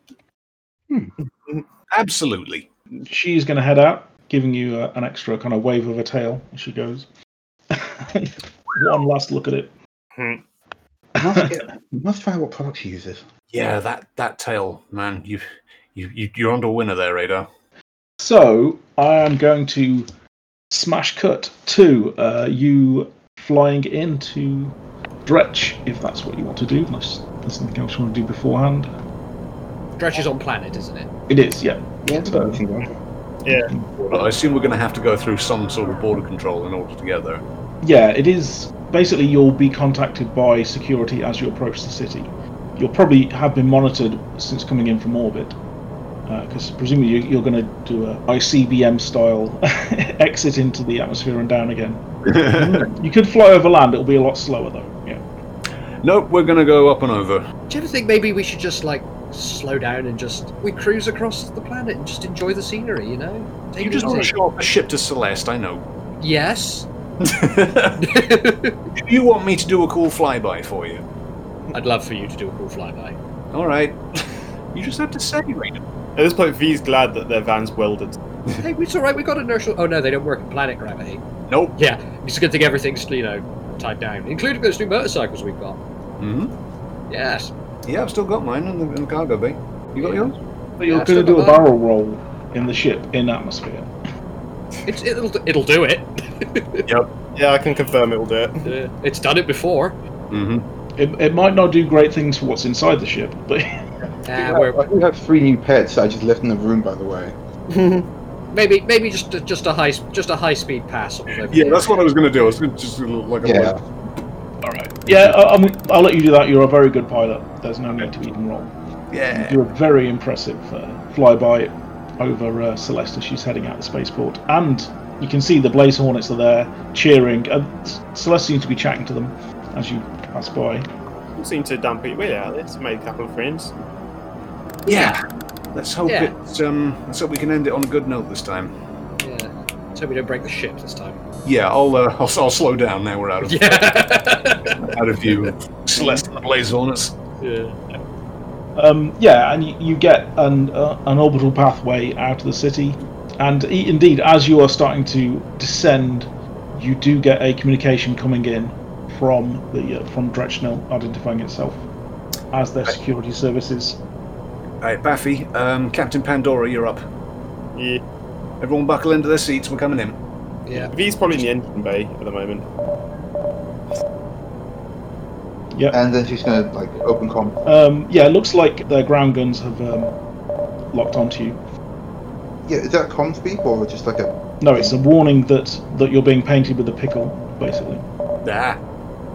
Absolutely.
She's going to head out, giving you uh, an extra kind of wave of her tail as she goes. One last look at it.
must, get- Uh-huh. must find out what product she uses.
Yeah, that that tail, man. You, you, you you're onto a winner there, Radar.
So I am going to smash cut to uh, you flying into Dretch, if that's what you want to do. Unless there's something else you want to do beforehand.
Dredge is on planet, isn't it?
It is, yeah.
Yeah.
Yeah.
Well, I assume we're going to have to go through some sort of border control in order to get there.
Yeah, it is. Basically, you'll be contacted by security as you approach the city. You'll probably have been monitored since coming in from orbit, because presumably you- you're going to do a ICBM style exit into the atmosphere and down again. you could fly over land; it'll be a lot slower though. Yeah.
Nope, we're going to go up and over.
Do you ever think maybe we should just like slow down and just we cruise across the planet and just enjoy the scenery? You know, Take
You
it
just want to
easy.
show off a ship to Celeste, I know.
Yes,
Do you want me to do a cool flyby for you?
I'd love for you to do a cool flyby.
All right. You just have to say, Radar.
At this point, V's glad that their van's welded.
hey, it's all right. We got inertial. Oh no, they don't work in planet gravity.
Nope.
Yeah, it's a good thing everything's you know tied down, including those new motorcycles we've got.
hmm
Yes.
Yeah, I've still got mine in the, in the cargo bay. You got yours?
But you're
Yeah,
going to
still
do a
got that.
barrel roll in the ship in atmosphere.
It's, it'll it'll do it.
Yep.
Yeah, I can confirm it will do it.
Uh, it's done it before.
hmm
It, it might not do great things for what's inside the ship, but
Uh,
I
we're,
think we have three new pets that I just left in the room, by the way.
maybe maybe just a, just a high just a high speed pass. Or something.
Yeah, that's what I was going to do. I was going to just do like a
Yeah.
yeah, I, I'm, I'll let you do that. You're a very good pilot. There's no need to even roll.
yeah.
do a very impressive uh, flyby over uh, Celeste as she's heading out the spaceport. And you can see the Blaze Hornets are there cheering. Uh, S- Celeste seems to be chatting to them as you pass by.
You seem to damp it well out. Let's make a couple of friends.
Yeah. Let's hope
Yeah.
it. Um, let's hope we can end it on a good note this time.
Yeah. Let's hope we don't break the ship this time.
Yeah, I'll uh, I'll, I'll slow down now. We're out of
Yeah.
out of view. Celeste and the Blaze Hornets.
yeah.
Um, yeah, and you, you get an uh, an orbital pathway out of the city, and e- indeed, as you are starting to descend, you do get a communication coming in from the uh, from Drechnell identifying itself as their security services.
All right, Baffy, um, Captain Pandora, you're up.
Yeah.
Everyone buckle into their seats. We're coming in.
Yeah.
V's probably in the engine bay at the moment.
And then she's gonna like open com.
Um, yeah, it looks like their ground guns have um, locked onto you.
Yeah, is that com speak or just like a?
No, it's a warning that that you're being painted with a pickle, basically.
Ah.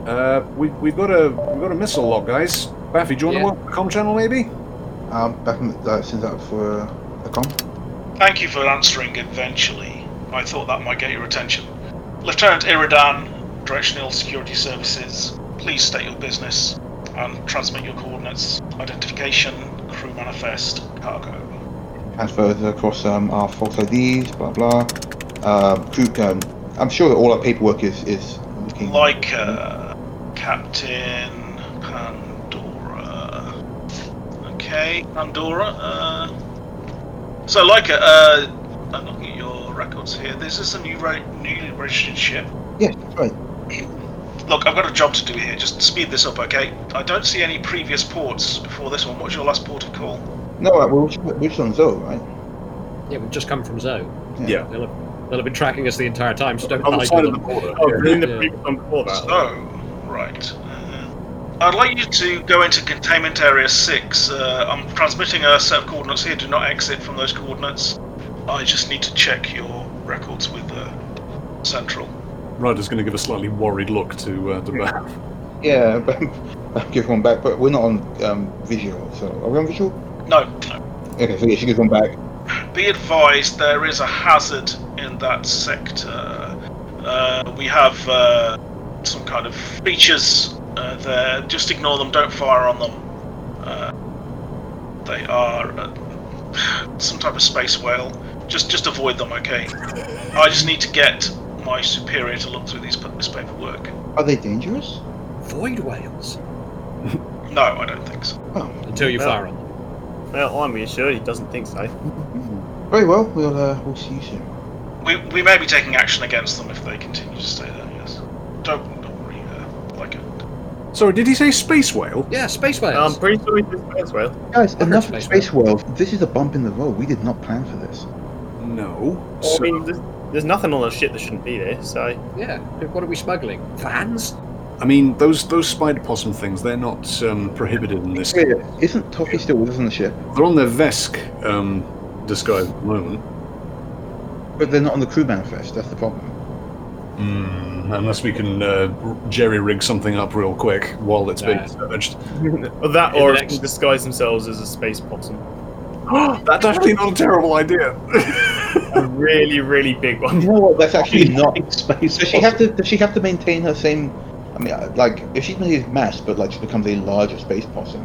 Uh, we we've got a we've got a missile log, guys. Baffy, do you want
Yeah.
to work the com channel maybe?
Um, back in the uh, sends out for uh, a com.
Thank you for answering eventually. I thought that might get your attention. Lieutenant Iridan, Directional Security Services, please state your business and transmit your coordinates, identification, crew manifest, cargo.
transfers across um, our false IDs, blah blah. Um, crew, um, I'm sure that all our paperwork is is looking
Like uh, Captain Pandora. Okay, Pandora. Uh, so, like, uh, I'm looking at your records here. This is a new, re- newly registered ship.
Yes, that's right.
Look, I've got a job to do here. Just speed this up, okay? I don't see any previous ports before this one. What's your last port of call?
No, uh, we're just- we're just on Zoe, right?
Yeah, we've just come from Zoe.
Yeah.
They'll have, they'll have been tracking us the entire time, so don't
On the
hide
side of
them.
the border.
Oh, we're in the
Yeah.
previous one before that.
So, Oh, right. Uh, I'd like you to go into containment area 6. Uh, I'm transmitting a set of coordinates here. Do not exit from those coordinates. I just need to check your records with uh, Central.
Ryder's going to give a slightly worried look to uh, to Baff.
Yeah, but I'll give one back. But we're not on um, visual, so are we on visual?
No, no.
Okay, so yeah, she gives one back.
Be advised there is a hazard in that sector. Uh, we have uh, some kind of creatures uh, there. Just ignore them, don't fire on them. Uh, They are uh, some type of space whale. Just just avoid them, okay? I just need to get my superior to look through these pa- this paperwork.
Are they dangerous?
Void whales.
No, I don't think so.
Until you fire on
them. Well, I'm reassured he doesn't think so.
Very well. We'll uh, we'll see you soon.
We, we may be taking action against them if they continue to stay there. Yes. Don't don't worry. Uh, like it.
Sorry, did he say space whale?
Yeah, space whales.
I'm Um,
Um,
pretty sure he said space whale.
Guys, enough space, space world. This is a bump in the road. We did not plan for this.
No.
I mean, there's, there's nothing on the ship that shouldn't be there, so.
Yeah, what are we smuggling? Fans?
I mean, those those spider possum things, they're not um, prohibited in this.
Wait, isn't Toki still with us on the ship?
They're on their Vesk um, disguise at the moment.
But they're not on the crew manifest. That's the problem.
Mm, unless we can uh, jerry rig something up real quick while it's
Nah.
being searched.
Or that, or
Index.
they can disguise themselves as a space possum.
That's actually not a terrible idea.
A really, really big one.
You know what? That's actually not.
Space
Does she have to? Does she have to maintain her same? I mean, uh, like if she's maintains mass, but like she becomes a larger space possum.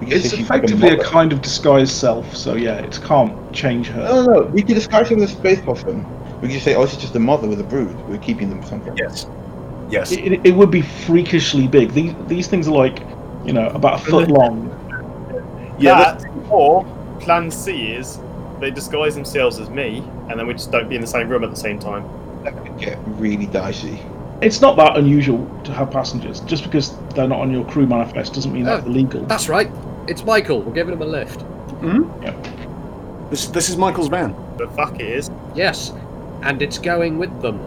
we can
It's
say she's like
effectively a
mother.
kind of disguised self, so yeah, it can't change her.
No, no, no. We can disguise her with a space possum. We can say, oh, she's just a mother with a brood. We're keeping them somewhere.
Yes. Yes.
It, it- it would be freakishly big. These these things are like, you know, about a foot long.
Yeah. or plan C is they disguise themselves as me, and then we just don't be in the same room at the same time.
Get really dicey.
It's not that unusual to have passengers. Just because they're not on your crew manifest doesn't mean that's illegal.
That's right. It's Michael. We're giving him a lift.
This this is Michael's van.
The fuck it is.
Yes. And it's going with them.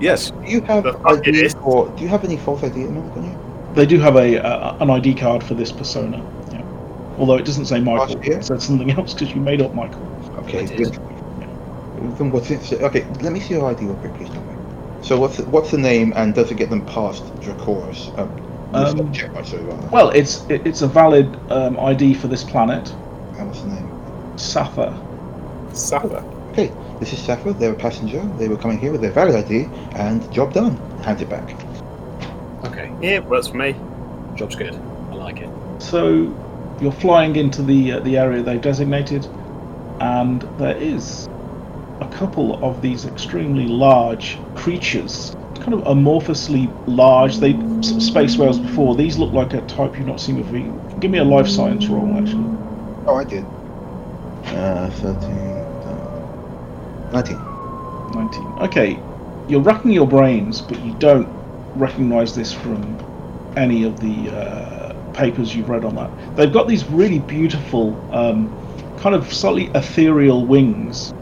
Yes.
Do you have
fuck it
ID
is.
or do you have any false ID at the moment? Don't you?
They do have a uh, an ID card for this persona. Yeah. Although it doesn't say Michael, it says something else because you made up Michael.
Okay. Good. Then what's it? so- Okay, let me see your ID real quick, please. Dominic. So what's what's the name, and does it get them past Dracorus? Um,
Um,
check my sorry, rather.
Well, it's it, it's a valid um, ID for this planet,
And what's the name?
Safa.
Suffer.
Okay, this is Safa. They're a passenger. They were coming here with their valid ID, and job done. Hand it back.
Okay.
Yeah, works for me.
Job's good. I like it.
So you're flying into the uh, the area they've designated, and there is a couple of these extremely large creatures, kind of amorphously large. They s- space whales before. These look like a type you've not seen before. Give me a life science roll, actually.
Oh, I did. Uh, 13, uh, 19.
19. Okay, you're racking your brains, but you don't recognize this from any of the uh, papers you've read on that. They've got these really beautiful, um, kind of slightly ethereal wings,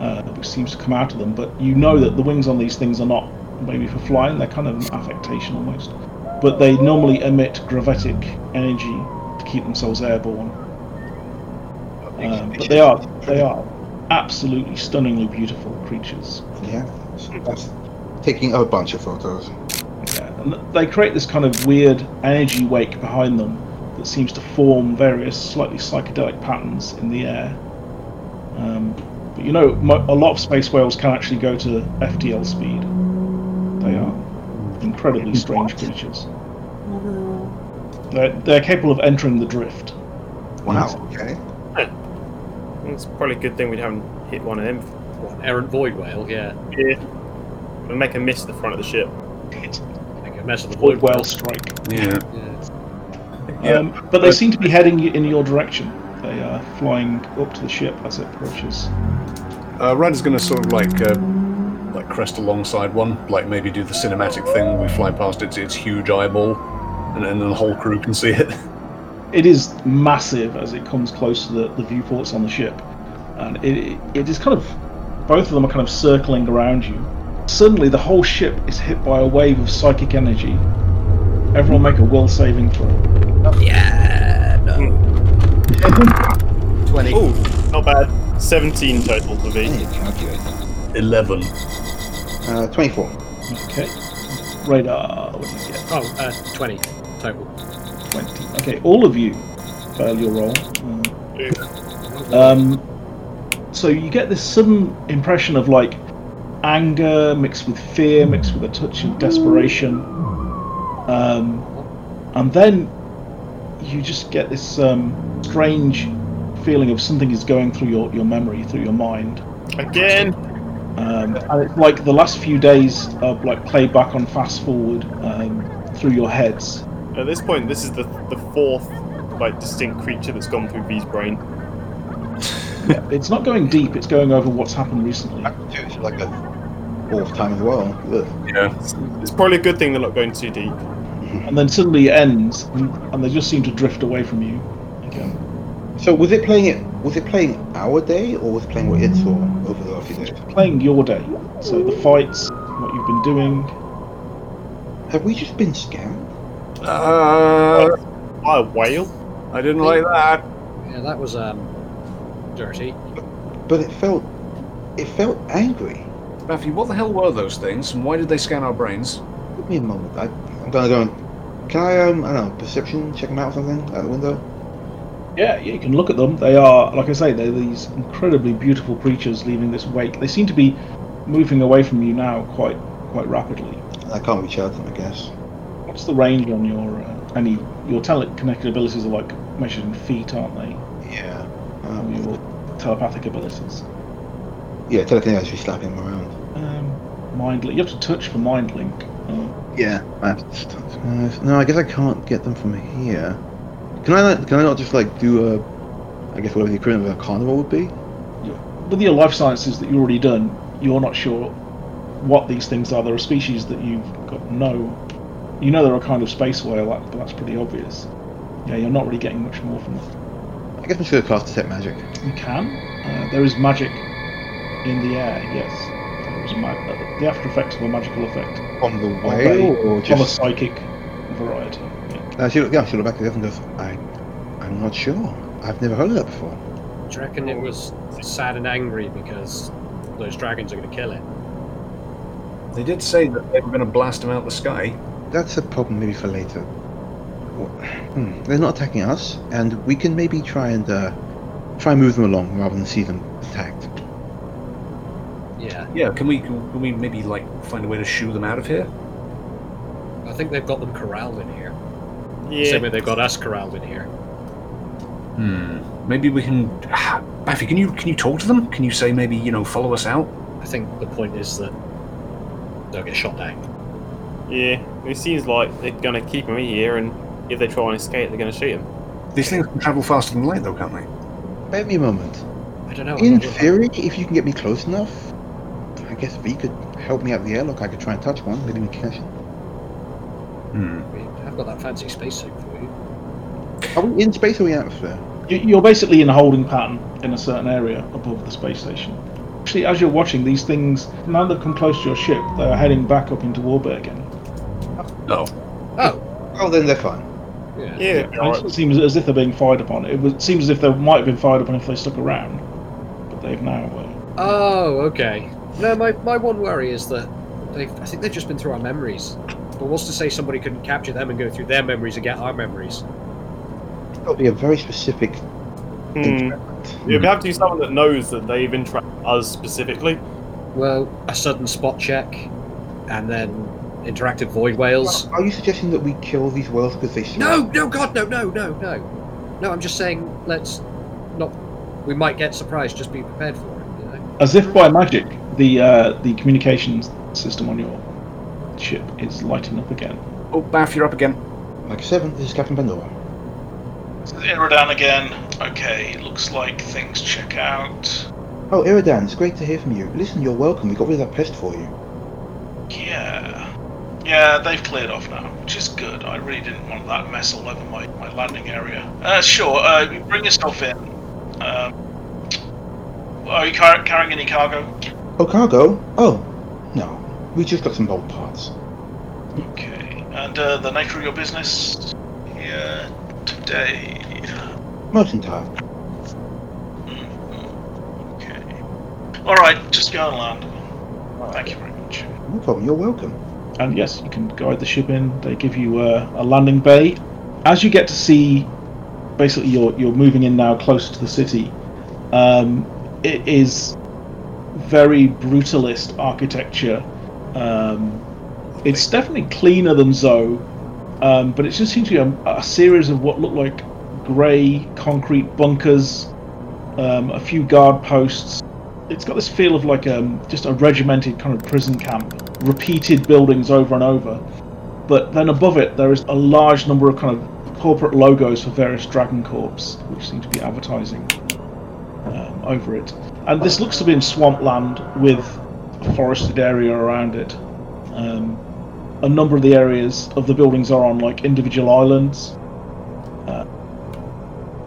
uh, which seems to come out of them, but you know that the wings on these things are not maybe for flying, they're kind of an affectation almost. But they normally emit gravitic energy to keep themselves airborne. Um, but they are they are absolutely stunningly beautiful creatures.
Yeah, so that's taking a bunch of photos.
And th- they create this kind of weird energy wake behind them that seems to form various slightly psychedelic patterns in the air. Um, but you know, mo- a lot of space whales can actually go to FTL speed. They are incredibly strange creatures. They're, they're capable of entering the drift.
Wow. Okay.
It's probably a good thing we haven't hit one of them.
What, errant void whale? Yeah.
Yeah. We'll make a miss at the front of the ship.
Make a mess of the
Void
void
whale
whales.
strike.
Yeah.
Yeah.
Um, but they seem to be heading in your direction. They are flying up to the ship as it approaches.
Uh, Ryder's going to sort of like uh, like crest alongside one, like maybe do the cinematic thing. where We fly past its its huge eyeball, and then the whole crew can see it.
It is massive as it comes close to the, the viewports on the ship, and it, it is kind of both of them are kind of circling around you. Suddenly, the whole ship is hit by a wave of psychic energy. Everyone make a will saving throw.
Yeah. No. Twenty.
Oh, not bad. 17 total for
I
V.
need to calculate that.
Eleven.
Uh, 24.
Okay, radar. What did you get?
Oh, uh, twenty total.
Twenty. Okay, all of you fail your roll. Uh, Um, so you get this sudden impression of like anger mixed with fear, mixed with a touch of desperation, um, and then you just get this um, strange feeling of something is going through your, your memory, through your mind.
Again.
Um, and it's like the last few days of like playback on fast forward um, through your heads.
At this point, this is the the fourth like distinct creature that's gone through V's brain.
yeah, it's not going deep. It's going over what's happened recently.
It's like a fourth time as well.
Yeah. It's, it's probably a good thing they're not going too deep.
And then suddenly it ends, and, and they just seem to drift away from you. Again.
So was it playing it? Was it playing our day or was it playing what it saw over the last few days?
Playing your day. So the fights, what you've been doing.
Have we just been scammed?
Uh,
by a whale?
I didn't like that.
Yeah, that was um, dirty.
But it felt, it felt angry.
Matthew, what the hell were those things, and why did they scan our brains?
Give me a moment. I, I'm gonna go. And, can I um I don't know perception check them out or something out the window?
Yeah, yeah, you can look at them. They are, like I say, they're these incredibly beautiful creatures leaving this wake. They seem to be moving away from you now quite quite rapidly.
I can't reach out to them, I guess.
What's the range on your uh, any your teleconnected abilities are like measured in feet, aren't they?
Yeah.
Um, your telepathic abilities.
Yeah, telekinesis actually slapping them around.
Um, mind link. You have to touch for mind link. Uh,
Yeah. I have to uh, no, I guess I can't get them from here. Can I? not- Can I not just like do a? I guess whatever the equivalent of a carnival would be.
with your life sciences that you've already done, you're not sure what these things are. There are species that you've got no. You know they're a kind of space whale, that- but that's pretty obvious. Yeah, you're not really getting much more from them.
I guess we should have cast detect magic.
You can. Uh, there is magic in the air. Yes, there is ma- uh, the after effects of a magical effect.
On the
Of
whale
a-
or
of a
just-
psychic variety.
And I should. Yeah, I should look back at the other and goes. I. I'm not sure. I've never heard of that before.
Do you reckon it was sad and angry because those dragons are going to kill it?
They did say that they were going to blast them out the sky.
That's a problem maybe for later. Wh- Hmm. They're not attacking us, and we can maybe try and uh, try and move them along rather than see them attacked.
Yeah.
Yeah, can we can, can we maybe like find a way to shoo them out of here?
I think they've got them corralled in here.
Yeah.
Same way they've got us corralled in here.
Hmm. Maybe we can. Baffy, can you can you talk to them? Can you say maybe you know follow us out?
I think the point is that they'll get shot down.
Yeah. It seems like they're gonna keep him here, and if they try and escape, they're gonna shoot him.
These things can travel faster than light, though, can't they?
Wait me a moment.
I don't know. I'm
In
not sure.
theory, if you can get me close enough, I guess V could help me out of the airlock. I could try and touch one, maybe we can catch it.
Hmm.
I've got that fancy spacesuit for you.
Are we in space or are we in atmosphere?
You- You're basically in a holding pattern in a certain area above the space station. Actually, as you're watching these things, now they've come close to your ship, they're heading back up into orbit again.
No.
Oh,
Oh, then they're fine.
yeah.
And It seems as if they're being fired upon. It was, seems as if they might have been fired upon if they stuck around, but they've now. Uh,
Oh, okay. No, my, my one worry is that they've, I think they've just been through our memories. But what's to say somebody couldn't capture them and go through their memories and get our memories?
That would be a very specific.
Hmm. Yeah, we have to use someone that knows that they've interacted us specifically.
Well, a sudden spot check and then interactive void whales.
Are you suggesting that we kill these whales because they?
No, no, God, no, no, no, no. No, I'm just saying, let's not. We might get surprised, just be prepared for it, you know?
as if by magic, the uh, the communications system on your ship is lighting up again.
Oh, Baff, you're up again.
Like seven. This is Captain Pandora.
Iradan again. Okay, looks like things check out.
Oh, Iridan, it's great to hear from you. Listen, you're welcome. We got rid of that pest for you.
Yeah. Yeah, they've cleared off now, which is good. I really didn't want that mess all over my, my landing area. Uh, sure, uh, bring yourself in. Um, are you car- carrying any cargo?
Oh, cargo. Oh, no. We just got some bolt parts.
Okay. And uh, the nature of your business here today?
Mercantile.
Alright, just go and land. Thank you very much.
No problem. You're welcome.
And yes, you can guide the ship in. They give you a, a landing bay. As you get to see, basically, you're you're moving in now closer to the city. Um, it is very brutalist architecture. Um, it's definitely cleaner than Zoe, um, but it just seems to be a, a series of what look like grey concrete bunkers um, a few guard posts. It's got this feel of like um, just a regimented kind of prison camp, repeated buildings over and over. But then above it, there is a large number of kind of corporate logos for various Dragon Corps, which seem to be advertising um, over it. And this looks to be in swampland with a forested area around it. Um, a number of the areas of the buildings are on like individual islands. Uh,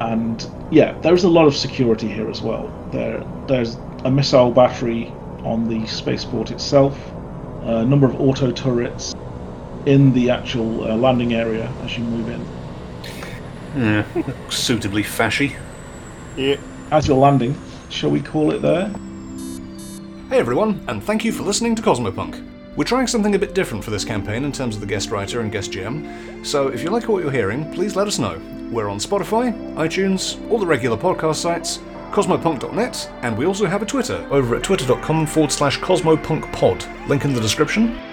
and yeah, there's a lot of security here as well. There, there's a missile battery on the spaceport itself, a number of auto turrets in the actual uh, landing area as you move in.
Yeah, suitably fashy.
Yeah.
As you're landing, shall we call it there?
Hey everyone, and thank you for listening to Cosmopunk. We're trying something a bit different for this campaign in terms of the guest writer and guest GM, so if you like what you're hearing, please let us know. We're on Spotify, iTunes, all the regular podcast sites, cosmopunk.net, and we also have a Twitter over at twitter.com forward slash cosmopunkpod, link in the description.